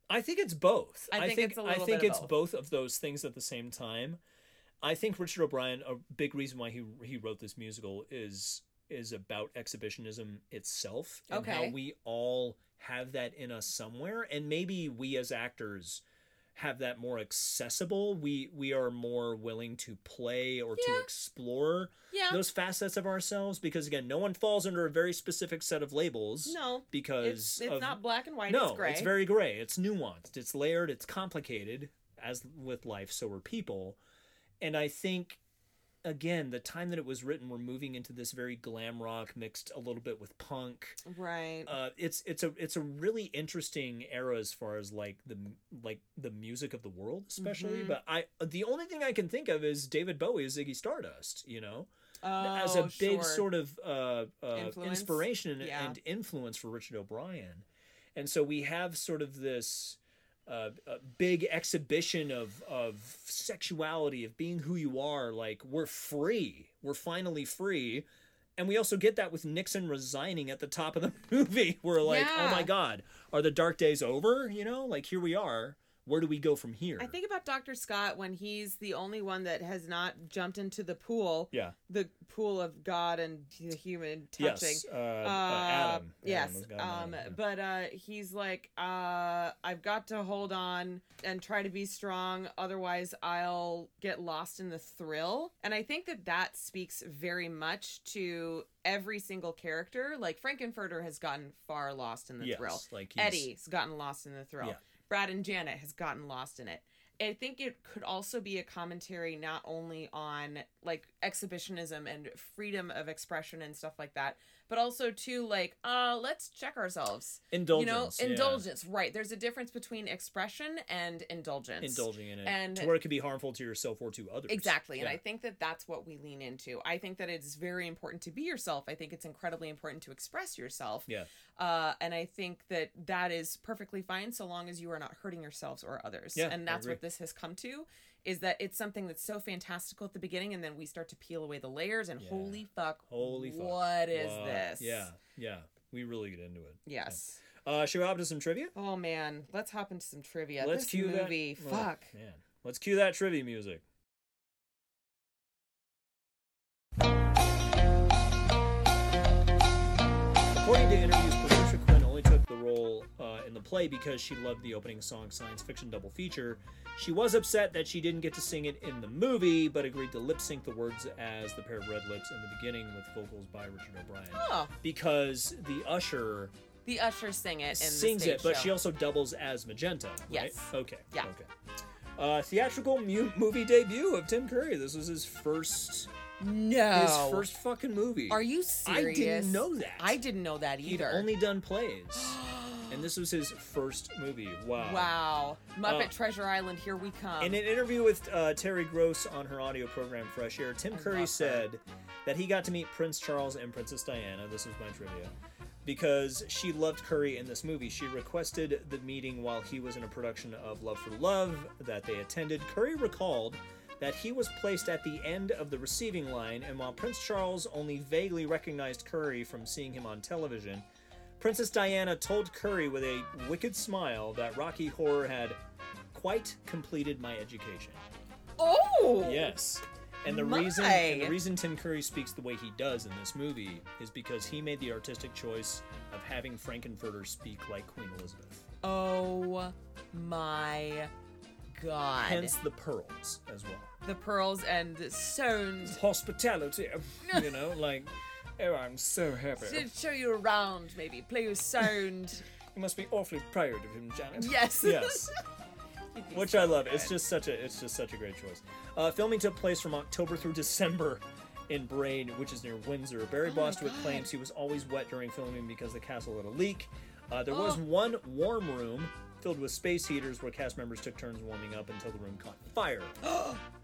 Speaker 3: I think it's both.
Speaker 2: I think it's a
Speaker 3: I
Speaker 2: little
Speaker 3: think
Speaker 2: bit of
Speaker 3: it's both. of those things at the same time. I think Richard O'Brien, a big reason why he he wrote this musical is is about exhibitionism itself and how
Speaker 2: Okay.
Speaker 3: we all have that in us somewhere, and maybe we as actors have that more accessible. We we are more willing to play or to
Speaker 2: Yeah.
Speaker 3: explore
Speaker 2: Yeah.
Speaker 3: those facets of ourselves because again, no one falls under a very specific set of labels.
Speaker 2: no.
Speaker 3: Because
Speaker 2: It's, it's
Speaker 3: of
Speaker 2: not black and white,
Speaker 3: no,
Speaker 2: it's gray.
Speaker 3: very gray. It's nuanced. It's layered. It's complicated. As with life, so are people. And I think, again, the time that it was written, we're moving into this very glam rock mixed a little bit with punk.
Speaker 2: right.
Speaker 3: Uh, it's it's a it's a really interesting era as far as like the like the music of the world, especially.
Speaker 2: Mhm.
Speaker 3: But I the only thing I can think of is David Bowie's Ziggy Stardust. You know,
Speaker 2: oh,
Speaker 3: as a big
Speaker 2: sure.
Speaker 3: sort of uh, uh,
Speaker 2: Influence?
Speaker 3: inspiration
Speaker 2: Yeah.
Speaker 3: and influence for Richard O'Brien. And so we have sort of this uh, uh, big exhibition of, of sexuality, of being who you are. Like, we're free. We're finally free. And we also get that with Nixon resigning at the top of the movie. We're like, oh
Speaker 2: Yeah.
Speaker 3: my God, are the dark days over? You know, like, here we are. where do we go from here?
Speaker 2: I think about Dr. Scott when he's the only one that has not jumped into the pool,
Speaker 3: yeah.
Speaker 2: the pool of God and the human touching.
Speaker 3: Yes. Uh, uh, Adam. Adam
Speaker 2: yes.
Speaker 3: was God,
Speaker 2: um,
Speaker 3: Adam, yeah.
Speaker 2: but uh, he's like, uh, I've got to hold on and try to be strong, otherwise I'll get lost in the thrill. And I think that that speaks very much to every single character. Like Frankenfurter has gotten far lost in the
Speaker 3: yes.
Speaker 2: thrill.
Speaker 3: Like he's,
Speaker 2: Eddie's gotten lost in the thrill.
Speaker 3: Yeah.
Speaker 2: Brad and Janet has gotten lost in it. I think it could also be a commentary not only on like exhibitionism and freedom of expression and stuff like that, but also to like, uh, let's check ourselves.
Speaker 3: indulgence.
Speaker 2: you know,
Speaker 3: yeah.
Speaker 2: indulgence, right? There's a difference between expression and indulgence.
Speaker 3: Indulging in it.
Speaker 2: And-
Speaker 3: to where it could be harmful to yourself or to others.
Speaker 2: Exactly. And
Speaker 3: Yeah.
Speaker 2: I think that that's what we lean into. I think that it's very important to be yourself. I think it's incredibly important to express yourself.
Speaker 3: Yeah.
Speaker 2: Uh, and I think that that is perfectly fine so long as you are not hurting yourselves or others.
Speaker 3: Yeah, I
Speaker 2: and that's
Speaker 3: agree.
Speaker 2: what this has come to is that it's something that's so fantastical at the beginning and then we start to peel away the layers and
Speaker 3: Yeah.
Speaker 2: holy fuck.
Speaker 3: Holy fuck.
Speaker 2: What is
Speaker 3: Wow.
Speaker 2: this?
Speaker 3: Yeah, yeah. We really get into it.
Speaker 2: Yes.
Speaker 3: Uh, should we hop to some trivia?
Speaker 2: Oh man, let's hop into some trivia.
Speaker 3: Let's
Speaker 2: this
Speaker 3: cue that-
Speaker 2: movie.
Speaker 3: oh,
Speaker 2: Fuck.
Speaker 3: man, let's cue that trivia music. According to interviews, Patricia Quinn only took the role uh, in the play because she loved the opening song science fiction double feature. She was upset that she didn't get to sing it in the movie, but agreed to lip sync the words as the pair of red lips in the beginning with vocals by Richard O'Brien.
Speaker 2: Oh,
Speaker 3: Because the usher
Speaker 2: the usher sing it and
Speaker 3: sings
Speaker 2: the
Speaker 3: it, but
Speaker 2: show.
Speaker 3: she also doubles as Magenta. Right?
Speaker 2: Yes.
Speaker 3: Okay.
Speaker 2: Yeah.
Speaker 3: Okay. Uh, theatrical mu- movie debut of Tim Curry. This was his first,
Speaker 2: no.
Speaker 3: his first fucking movie.
Speaker 2: Oh. Are you
Speaker 3: I
Speaker 2: serious?
Speaker 3: didn't know that.
Speaker 2: I didn't know that
Speaker 3: He'd
Speaker 2: either.
Speaker 3: only done plays, and this was his first movie. Wow.
Speaker 2: wow. Muppet
Speaker 3: Uh,
Speaker 2: Treasure Island, here we come.
Speaker 3: In an interview with uh, Terry Gross on her audio program Fresh Air, Tim
Speaker 2: I love
Speaker 3: Curry
Speaker 2: her.
Speaker 3: said that he got to meet Prince Charles and Princess Diana. This is my trivia. Because she loved Curry in this movie. She requested the meeting while he was in a production of Love for Love that they attended. Curry recalled that he was placed at the end of the receiving line, and while Prince Charles only vaguely recognized Curry from seeing him on television, Princess Diana told Curry with a wicked smile that Rocky Horror had quite completed my education.
Speaker 2: oh!
Speaker 3: Yes. And the reason
Speaker 2: My.
Speaker 3: and the reason Tim Curry speaks the way he does in this movie is because he made the artistic choice of having Frankenfurter speak like Queen Elizabeth.
Speaker 2: Oh my god.
Speaker 3: Hence the pearls as well.
Speaker 2: the pearls and the stones
Speaker 4: Hospitality. You know, like, oh, I'm so happy.
Speaker 2: to show you around, maybe. Play with sound.
Speaker 4: You must be awfully proud of him, Janet.
Speaker 2: yes.
Speaker 3: Yes.
Speaker 2: You'd be
Speaker 3: Which
Speaker 2: so
Speaker 3: I love. It's
Speaker 2: good.
Speaker 3: just such a it's just such a great choice. Uh, filming took place from October through December in Brain, which is near Windsor. Barry
Speaker 2: Oh my
Speaker 3: Bostwick
Speaker 2: God.
Speaker 3: claims he was always wet during filming because the castle had a leak. Uh, there was
Speaker 2: Oh.
Speaker 3: one warm room filled with space heaters where cast members took turns warming up until the room caught fire,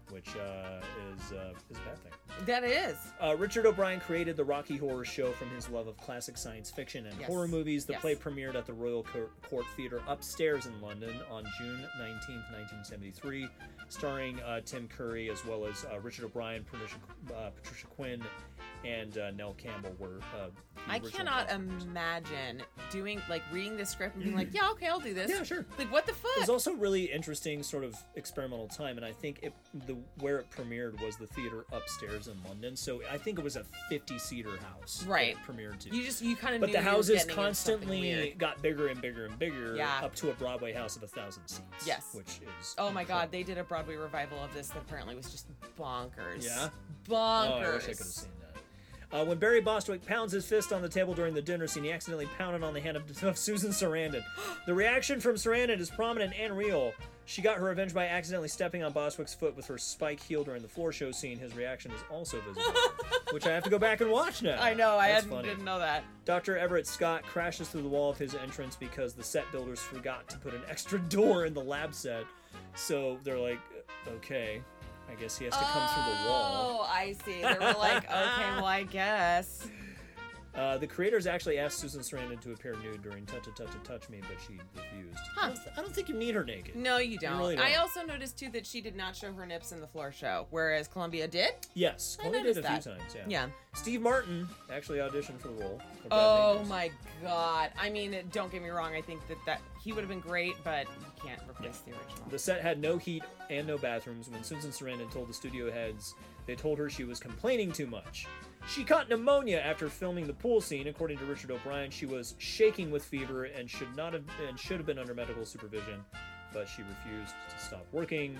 Speaker 3: which uh, is uh, is a bad thing.
Speaker 2: That is.
Speaker 3: Uh, Richard O'Brien created the Rocky Horror Show from his love of classic science fiction and
Speaker 2: Yes.
Speaker 3: horror movies. The
Speaker 2: Yes.
Speaker 3: play premiered at the Royal Co- Court Theatre upstairs in London on June 19, 1973, starring uh, Tim Curry as well as uh, Richard O'Brien, Patricia, uh, Patricia Quinn, and uh, Nell Campbell were. Uh, the
Speaker 2: I
Speaker 3: original
Speaker 2: cannot
Speaker 3: cast members.
Speaker 2: imagine doing, like, reading this script and being like, yeah, okay, I'll do this.
Speaker 3: Yeah, sure.
Speaker 2: Like, what the fuck?
Speaker 3: It was also really interesting, sort of experimental time, and I think it, the where it premiered was the theater upstairs in London. So I think it was a fifty-seater house. that
Speaker 2: Right.
Speaker 3: it premiered to.
Speaker 2: you just, you kind of
Speaker 3: But
Speaker 2: knew
Speaker 3: the
Speaker 2: you were
Speaker 3: houses
Speaker 2: getting into something weird.
Speaker 3: constantly got bigger and bigger and bigger,
Speaker 2: Yeah.
Speaker 3: up to a Broadway house of a thousand seats.
Speaker 2: Yes.
Speaker 3: which is
Speaker 2: Oh my god,
Speaker 3: incredible.
Speaker 2: they did a Broadway revival of this that apparently was just bonkers.
Speaker 3: Yeah?
Speaker 2: Bonkers.
Speaker 3: Oh, I wish I could have seen that. Uh, when Barry Bostwick pounds his fist on the table during the dinner scene, he accidentally pounded on the hand of, of Susan Sarandon. The reaction from Sarandon is prominent and real. She got her revenge by accidentally stepping on Bostwick's foot with her spike heel during the floor show scene. His reaction is also visible, which I have to go back and watch now.
Speaker 2: I know, I
Speaker 3: That's
Speaker 2: hadn't,
Speaker 3: funny.
Speaker 2: didn't know that.
Speaker 3: Dr. Everett Scott crashes through the wall of his entrance because the set builders forgot to put an extra door in the lab set. So they're like, okay, I guess he has to come through the wall.
Speaker 2: Oh, I see. They were like, okay, well, I guess.
Speaker 3: Uh, the creators actually asked Susan Sarandon to appear nude during Touch a Touch a Touch Me, but she refused. I, don't th- I don't think you need her naked.
Speaker 2: No, you don't.
Speaker 3: really
Speaker 2: I
Speaker 3: don't.
Speaker 2: also noticed too that she did not show her nips in the floor show, whereas Columbia did.
Speaker 3: Yes,
Speaker 2: I
Speaker 3: Chloe did a
Speaker 2: noticed
Speaker 3: few
Speaker 2: that.
Speaker 3: times. Yeah.
Speaker 2: Yeah.
Speaker 3: Steve Martin actually auditioned for the role. for Brad
Speaker 2: Oh
Speaker 3: Daniels.
Speaker 2: my god. I mean, don't get me wrong. I think that that he would have been great, but you can't replace the original.
Speaker 3: The set had no heat and no bathrooms. When Susan Sarandon told the studio heads, they told her she was complaining too much. She caught pneumonia after filming the pool scene. According to Richard O'Brien, she was shaking with fever and should not have and should have been under medical supervision, but she refused to stop working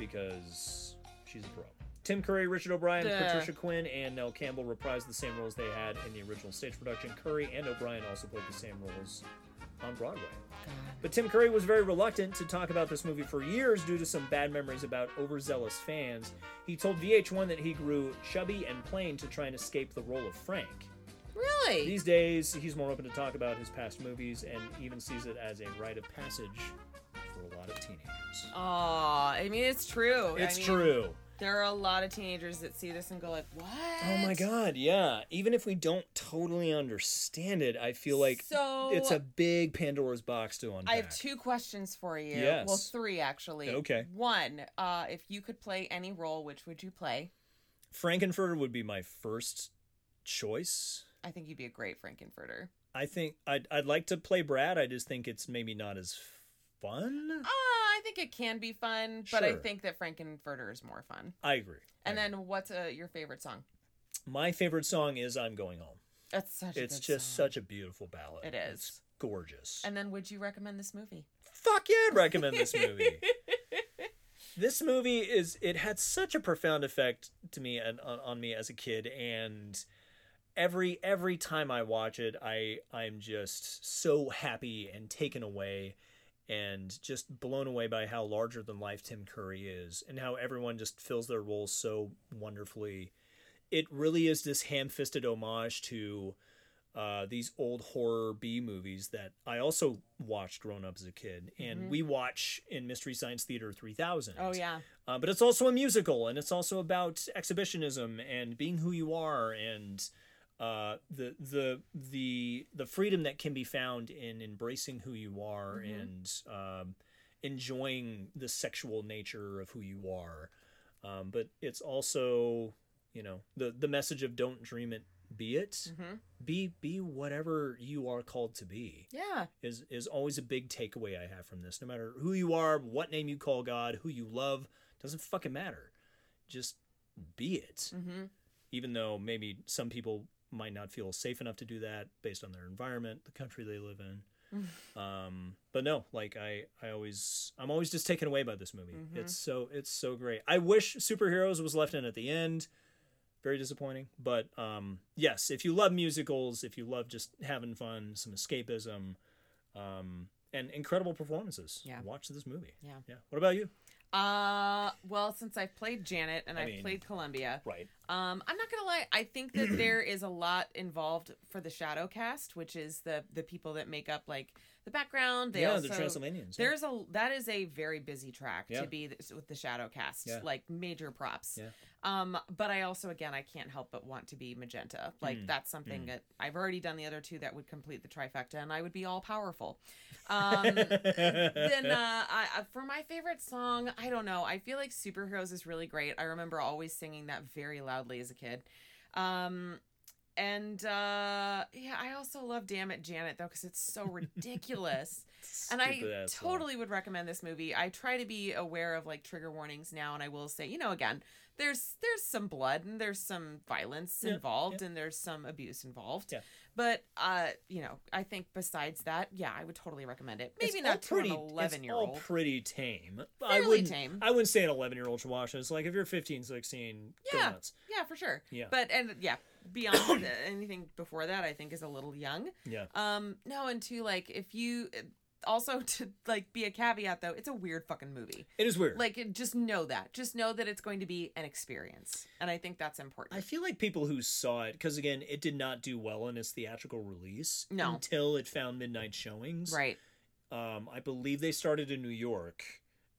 Speaker 3: because she's a pro. Tim Curry, Richard O'Brien,
Speaker 2: Duh.
Speaker 3: Patricia Quinn, and Nell Campbell reprised the same roles they had in the original stage production. Curry and O'Brien also played the same roles on Broadway. But Tim Curry was very reluctant to talk about this movie for years due to some bad memories about overzealous fans. He told VH1 that he grew chubby and plain to try and escape the role of Frank.
Speaker 2: Really?
Speaker 3: These days, he's more open to talk about his past movies and even sees it as a rite of passage for a lot of teenagers.
Speaker 2: Aw, I mean, it's true. Oh, I
Speaker 3: It's
Speaker 2: mean,
Speaker 3: true.
Speaker 2: There are a lot of teenagers that see this and go like, "What?
Speaker 3: Oh my god, yeah. Even if we don't totally understand it, I feel like
Speaker 2: So-
Speaker 3: it's a big Pandora's box to unpack.
Speaker 2: I have two questions for you.
Speaker 3: Yes.
Speaker 2: Well, three actually.
Speaker 3: Okay.
Speaker 2: One, uh, if you could play any role, which would you play?
Speaker 3: Frankenfurter would be my first choice.
Speaker 2: I think you'd be a great Frankenfurter.
Speaker 3: I think I'd I'd like to play Brad. I just think it's maybe not as fun.
Speaker 2: Ah, I think it can be fun, but I
Speaker 3: Sure.
Speaker 2: think that Frankenfurter is more fun.
Speaker 3: I agree.
Speaker 2: And then, what's uh, your favorite song?
Speaker 3: my favorite song is "I'm Going Home."
Speaker 2: That's such. a
Speaker 3: it's
Speaker 2: good
Speaker 3: just
Speaker 2: song.
Speaker 3: such a beautiful ballad.
Speaker 2: It
Speaker 3: It's
Speaker 2: is.
Speaker 3: gorgeous.
Speaker 2: And then, would you recommend this movie?
Speaker 3: fuck yeah, I'd recommend this movie. this movie is it had such a profound effect to me and on, on me as a kid and every every time I watch it, I I'm just so happy and taken away and just blown away by how larger than life Tim Curry is and how everyone just fills their roles so wonderfully. It really is this ham-fisted homage to uh, these old horror B movies that I also watched growing up as a kid, and we watch in Mystery Science Theater 3000.
Speaker 2: Oh yeah.
Speaker 3: Uh, but it's also a musical, and it's also about exhibitionism and being who you are, and uh, the the the the freedom that can be found in embracing who you are
Speaker 2: Mm-hmm.
Speaker 3: and um, enjoying the sexual nature of who you are. Um, but it's also, you know, the the message of don't dream it, be it,
Speaker 2: hmm
Speaker 3: be be whatever you are called to be
Speaker 2: Yeah.
Speaker 3: is is always a big takeaway I have from this. No matter who you are, what name you call God, who you love, doesn't fucking matter. Just be it.
Speaker 2: Mm-hmm.
Speaker 3: Even though maybe some people might not feel safe enough to do that based on their environment, the country they live in. um, but no, like I I always I'm always just taken away by this movie.
Speaker 2: Mhm.
Speaker 3: It's so it's so great. I wish superheroes was left in at the end. Very disappointing, but um, yes, if you love musicals, if you love just having fun, some escapism, um, and incredible performances.
Speaker 2: Yeah.
Speaker 3: Watch this movie.
Speaker 2: Yeah.
Speaker 3: Yeah. What about you?
Speaker 2: Uh, well, since I've played Janet and
Speaker 3: I
Speaker 2: I have
Speaker 3: mean-
Speaker 2: played Columbia,
Speaker 3: Right.
Speaker 2: um, I'm not gonna lie. I think that there is a lot involved for the shadow cast, which is the the people that make up like the background. They
Speaker 3: yeah,
Speaker 2: also
Speaker 3: the Transylvanians. yeah.
Speaker 2: there's a that is a very busy track
Speaker 3: Yeah.
Speaker 2: to be th- with the shadow cast,
Speaker 3: Yeah.
Speaker 2: like major props.
Speaker 3: Yeah.
Speaker 2: Um, but I also again I can't help but want to be magenta. Like
Speaker 3: Mm.
Speaker 2: that's something
Speaker 3: Mm.
Speaker 2: that I've already done the other two that would complete the trifecta, and I would be all powerful. Um, then uh, I, I- for my favorite song, I don't know. I feel like superheroes is really great. I remember always singing that very loudly as a kid. Um, and uh, yeah, I also love "Damn It, Janet" though because it's so ridiculous. and I
Speaker 3: Stupid ass song.
Speaker 2: totally would recommend this movie. I try to be aware of like trigger warnings now, and I will say, you know, again, there's there's some blood and there's some violence
Speaker 3: Yeah,
Speaker 2: involved and there's some abuse involved.
Speaker 3: Yeah.
Speaker 2: But uh, you know, I think besides that, yeah, I would totally recommend it. Maybe
Speaker 3: It's all
Speaker 2: not to an
Speaker 3: pretty-
Speaker 2: eleven year
Speaker 3: It's
Speaker 2: old.
Speaker 3: all pretty tame. I
Speaker 2: Fairly
Speaker 3: wouldn't,
Speaker 2: tame.
Speaker 3: I wouldn't say an 11 year old should watch this. Like if you're 15, 16, go
Speaker 2: Yeah.
Speaker 3: nuts.
Speaker 2: Yeah, for sure.
Speaker 3: Yeah.
Speaker 2: But and yeah, beyond uh, anything before that, I think is a little young.
Speaker 3: Yeah.
Speaker 2: Um, no, and two, like if you eh, also to like be a caveat though, it's a weird fucking movie.
Speaker 3: It is weird.
Speaker 2: Like it- just know that. Just know that it's going to be an experience, and I think that's
Speaker 3: I
Speaker 2: important.
Speaker 3: feel like people who saw it, because again, it did not do well in its theatrical release
Speaker 2: No.
Speaker 3: until it found midnight showings.
Speaker 2: right.
Speaker 3: Um, I believe they started in New York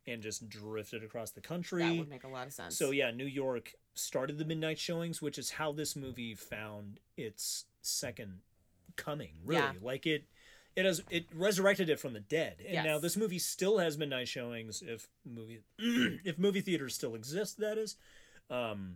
Speaker 3: and just drifted across the country.
Speaker 2: That would make a lot of sense.
Speaker 3: So yeah, New York started the midnight showings, which is how this movie found its second coming, really.
Speaker 2: Yeah.
Speaker 3: Like it it has it resurrected it from the dead. And now
Speaker 2: Yes.
Speaker 3: this movie still has midnight showings if movie if movie theaters still exist, that is. Um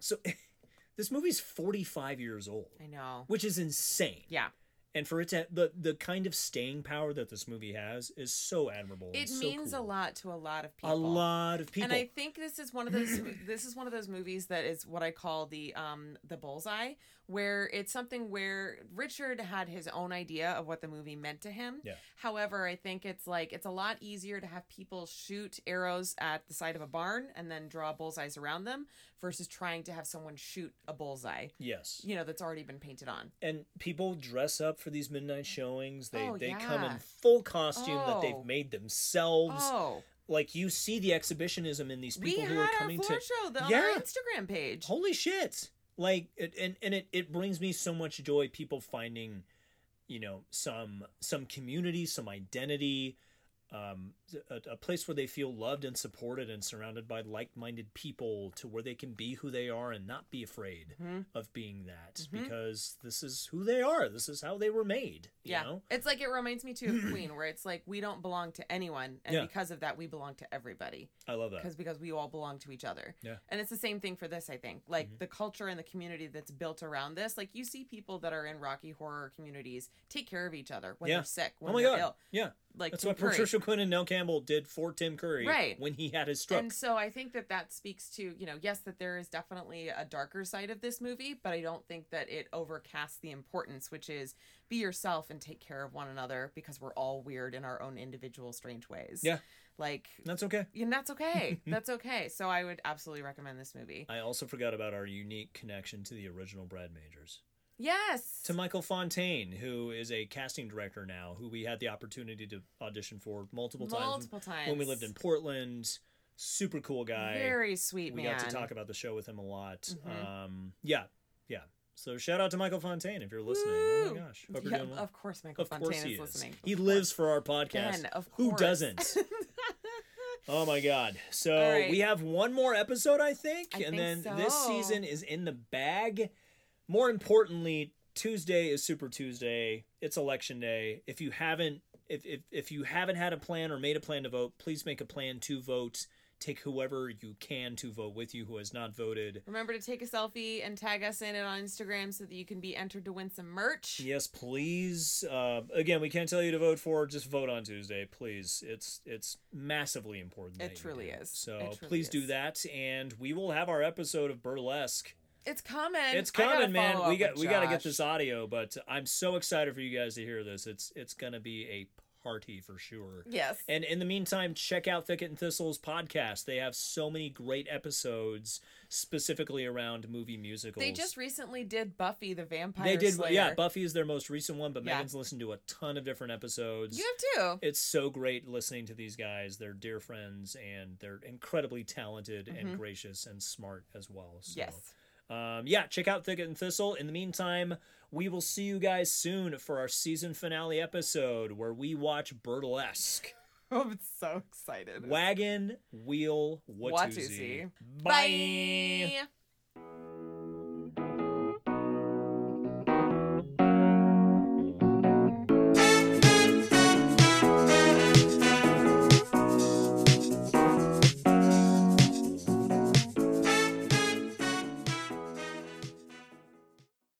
Speaker 3: so this movie's 45 years old,
Speaker 2: I know.
Speaker 3: which is insane.
Speaker 2: Yeah.
Speaker 3: And for it to the the kind of staying power that this movie has is so admirable. and
Speaker 2: It
Speaker 3: Oh, so
Speaker 2: means a
Speaker 3: cool.
Speaker 2: lot to a lot of people.
Speaker 3: A lot of people.
Speaker 2: And I think this is one of those this is one of those movies that is what I call the um the bullseye where it's something where Richard had his own idea of what the movie meant to him.
Speaker 3: Yeah.
Speaker 2: However, I think it's like it's a lot easier to have people shoot arrows at the side of a barn and then draw bullseyes around them versus trying to have someone shoot a bullseye,
Speaker 3: yes.
Speaker 2: you know, that's already been painted on.
Speaker 3: and people dress up for these midnight showings. They
Speaker 2: Oh,
Speaker 3: they come in
Speaker 2: yeah.
Speaker 3: full costume that
Speaker 2: Oh.
Speaker 3: they've made themselves.
Speaker 2: Oh,
Speaker 3: Like you see the exhibitionism in these
Speaker 2: we
Speaker 3: people
Speaker 2: had
Speaker 3: who are
Speaker 2: our
Speaker 3: coming
Speaker 2: floor
Speaker 3: to
Speaker 2: show on our
Speaker 3: Yeah.
Speaker 2: Instagram page.
Speaker 3: Holy shit. Like it, and and it it brings me so much joy people finding you know some some community, some identity, um a, a place where they feel loved and supported and surrounded by like-minded people to where they can be who they are and not be afraid
Speaker 2: Mhm.
Speaker 3: of being that
Speaker 2: Mhm.
Speaker 3: because this is who they are. This is how they were made, you
Speaker 2: yeah.
Speaker 3: know?
Speaker 2: It's like it reminds me too of Queen, where it's like we don't belong to anyone, and
Speaker 3: Yeah.
Speaker 2: because of that, we belong to everybody,
Speaker 3: I love that.
Speaker 2: because because we all belong to each other.
Speaker 3: Yeah. Mm-hmm.
Speaker 2: And it's the same thing for this, I think. Like the culture and the community that's built around this. Like you see people that are in Rocky Horror communities take care of each other when
Speaker 3: Yeah.
Speaker 2: they're sick, when
Speaker 3: Oh my
Speaker 2: they're
Speaker 3: god.
Speaker 2: ill.
Speaker 3: Yeah.
Speaker 2: Like
Speaker 3: That's
Speaker 2: Tim
Speaker 3: what
Speaker 2: Curry.
Speaker 3: Patricia Quinn and Nell Campbell did for Tim Curry
Speaker 2: Right.
Speaker 3: when he had his stroke.
Speaker 2: And so I think that that speaks to, you know, yes, that there is definitely a darker side of this movie, but I don't think that it overcasts the importance, which is be yourself and take care of one another because we're all weird in our own individual strange ways.
Speaker 3: Yeah.
Speaker 2: Like,
Speaker 3: That's okay.
Speaker 2: and that's okay. that's okay. So I would absolutely recommend this movie.
Speaker 3: I also forgot about our unique connection to the original Brad Majors.
Speaker 2: Yes.
Speaker 3: To Michael Fontaine, who is a casting director now, who we had the opportunity to audition for multiple,
Speaker 2: Multiple
Speaker 3: times
Speaker 2: times.
Speaker 3: when we lived in Portland. Super cool guy.
Speaker 2: Very sweet
Speaker 3: we
Speaker 2: man.
Speaker 3: got to talk about the show with him a lot.
Speaker 2: Mhm.
Speaker 3: Um, yeah, yeah. So shout out to Michael Fontaine if you're listening. Oh
Speaker 2: Woo!
Speaker 3: my gosh, hope you're
Speaker 2: Yeah,
Speaker 3: doing well.
Speaker 2: Of course, Michael
Speaker 3: Of
Speaker 2: Fontaine
Speaker 3: course he is.
Speaker 2: is, listening.
Speaker 3: He
Speaker 2: Of
Speaker 3: lives
Speaker 2: course.
Speaker 3: for our podcast.
Speaker 2: Ben, of
Speaker 3: Who
Speaker 2: course.
Speaker 3: doesn't? oh my god. So
Speaker 2: All right.
Speaker 3: we have one more episode, I think,
Speaker 2: I
Speaker 3: and
Speaker 2: think
Speaker 3: then this
Speaker 2: so.
Speaker 3: season is in the bag. More importantly, Tuesday is Super Tuesday. It's election day. If you haven't if, if if you haven't had a plan or made a plan to vote, please make a plan to vote. Take whoever you can to vote with you who has not voted.
Speaker 2: Remember to take a selfie and tag us in it on Instagram so that you can be entered to win some merch.
Speaker 3: Yes, please. Uh, again, we can't tell you to vote for. Just vote on Tuesday, please. It's it's massively important. that
Speaker 2: It
Speaker 3: you
Speaker 2: truly
Speaker 3: do.
Speaker 2: is.
Speaker 3: So
Speaker 2: It truly
Speaker 3: please do
Speaker 2: is.
Speaker 3: that, and we will have our episode of burlesque.
Speaker 2: It's coming.
Speaker 3: it's
Speaker 2: I gotta
Speaker 3: coming,
Speaker 2: follow
Speaker 3: man. We
Speaker 2: up
Speaker 3: got
Speaker 2: with
Speaker 3: we got to get
Speaker 2: Josh.
Speaker 3: this audio, but I'm so excited for you guys to hear this. It's it's gonna be a party for sure.
Speaker 2: Yes.
Speaker 3: And in the meantime, check out Thicket and Thistle's podcast. They have so many great episodes specifically around movie musicals.
Speaker 2: They just recently did Buffy the Vampire
Speaker 3: They did,
Speaker 2: Slayer.
Speaker 3: yeah. Buffy is their most recent one, but
Speaker 2: Yeah.
Speaker 3: Megan's listened to a ton of different episodes.
Speaker 2: You have two.
Speaker 3: It's so great listening to these guys. They're dear friends, and they're incredibly talented
Speaker 2: Mhm.
Speaker 3: and gracious and smart as well. So,
Speaker 2: Yes.
Speaker 3: um, yeah, check out Thicket and Thistle. In the meantime, we will see you guys soon for our season finale episode where we watch Burlesque
Speaker 2: I'm so excited.
Speaker 3: Wagon Wheel Watusi.
Speaker 2: Watusi. Bye.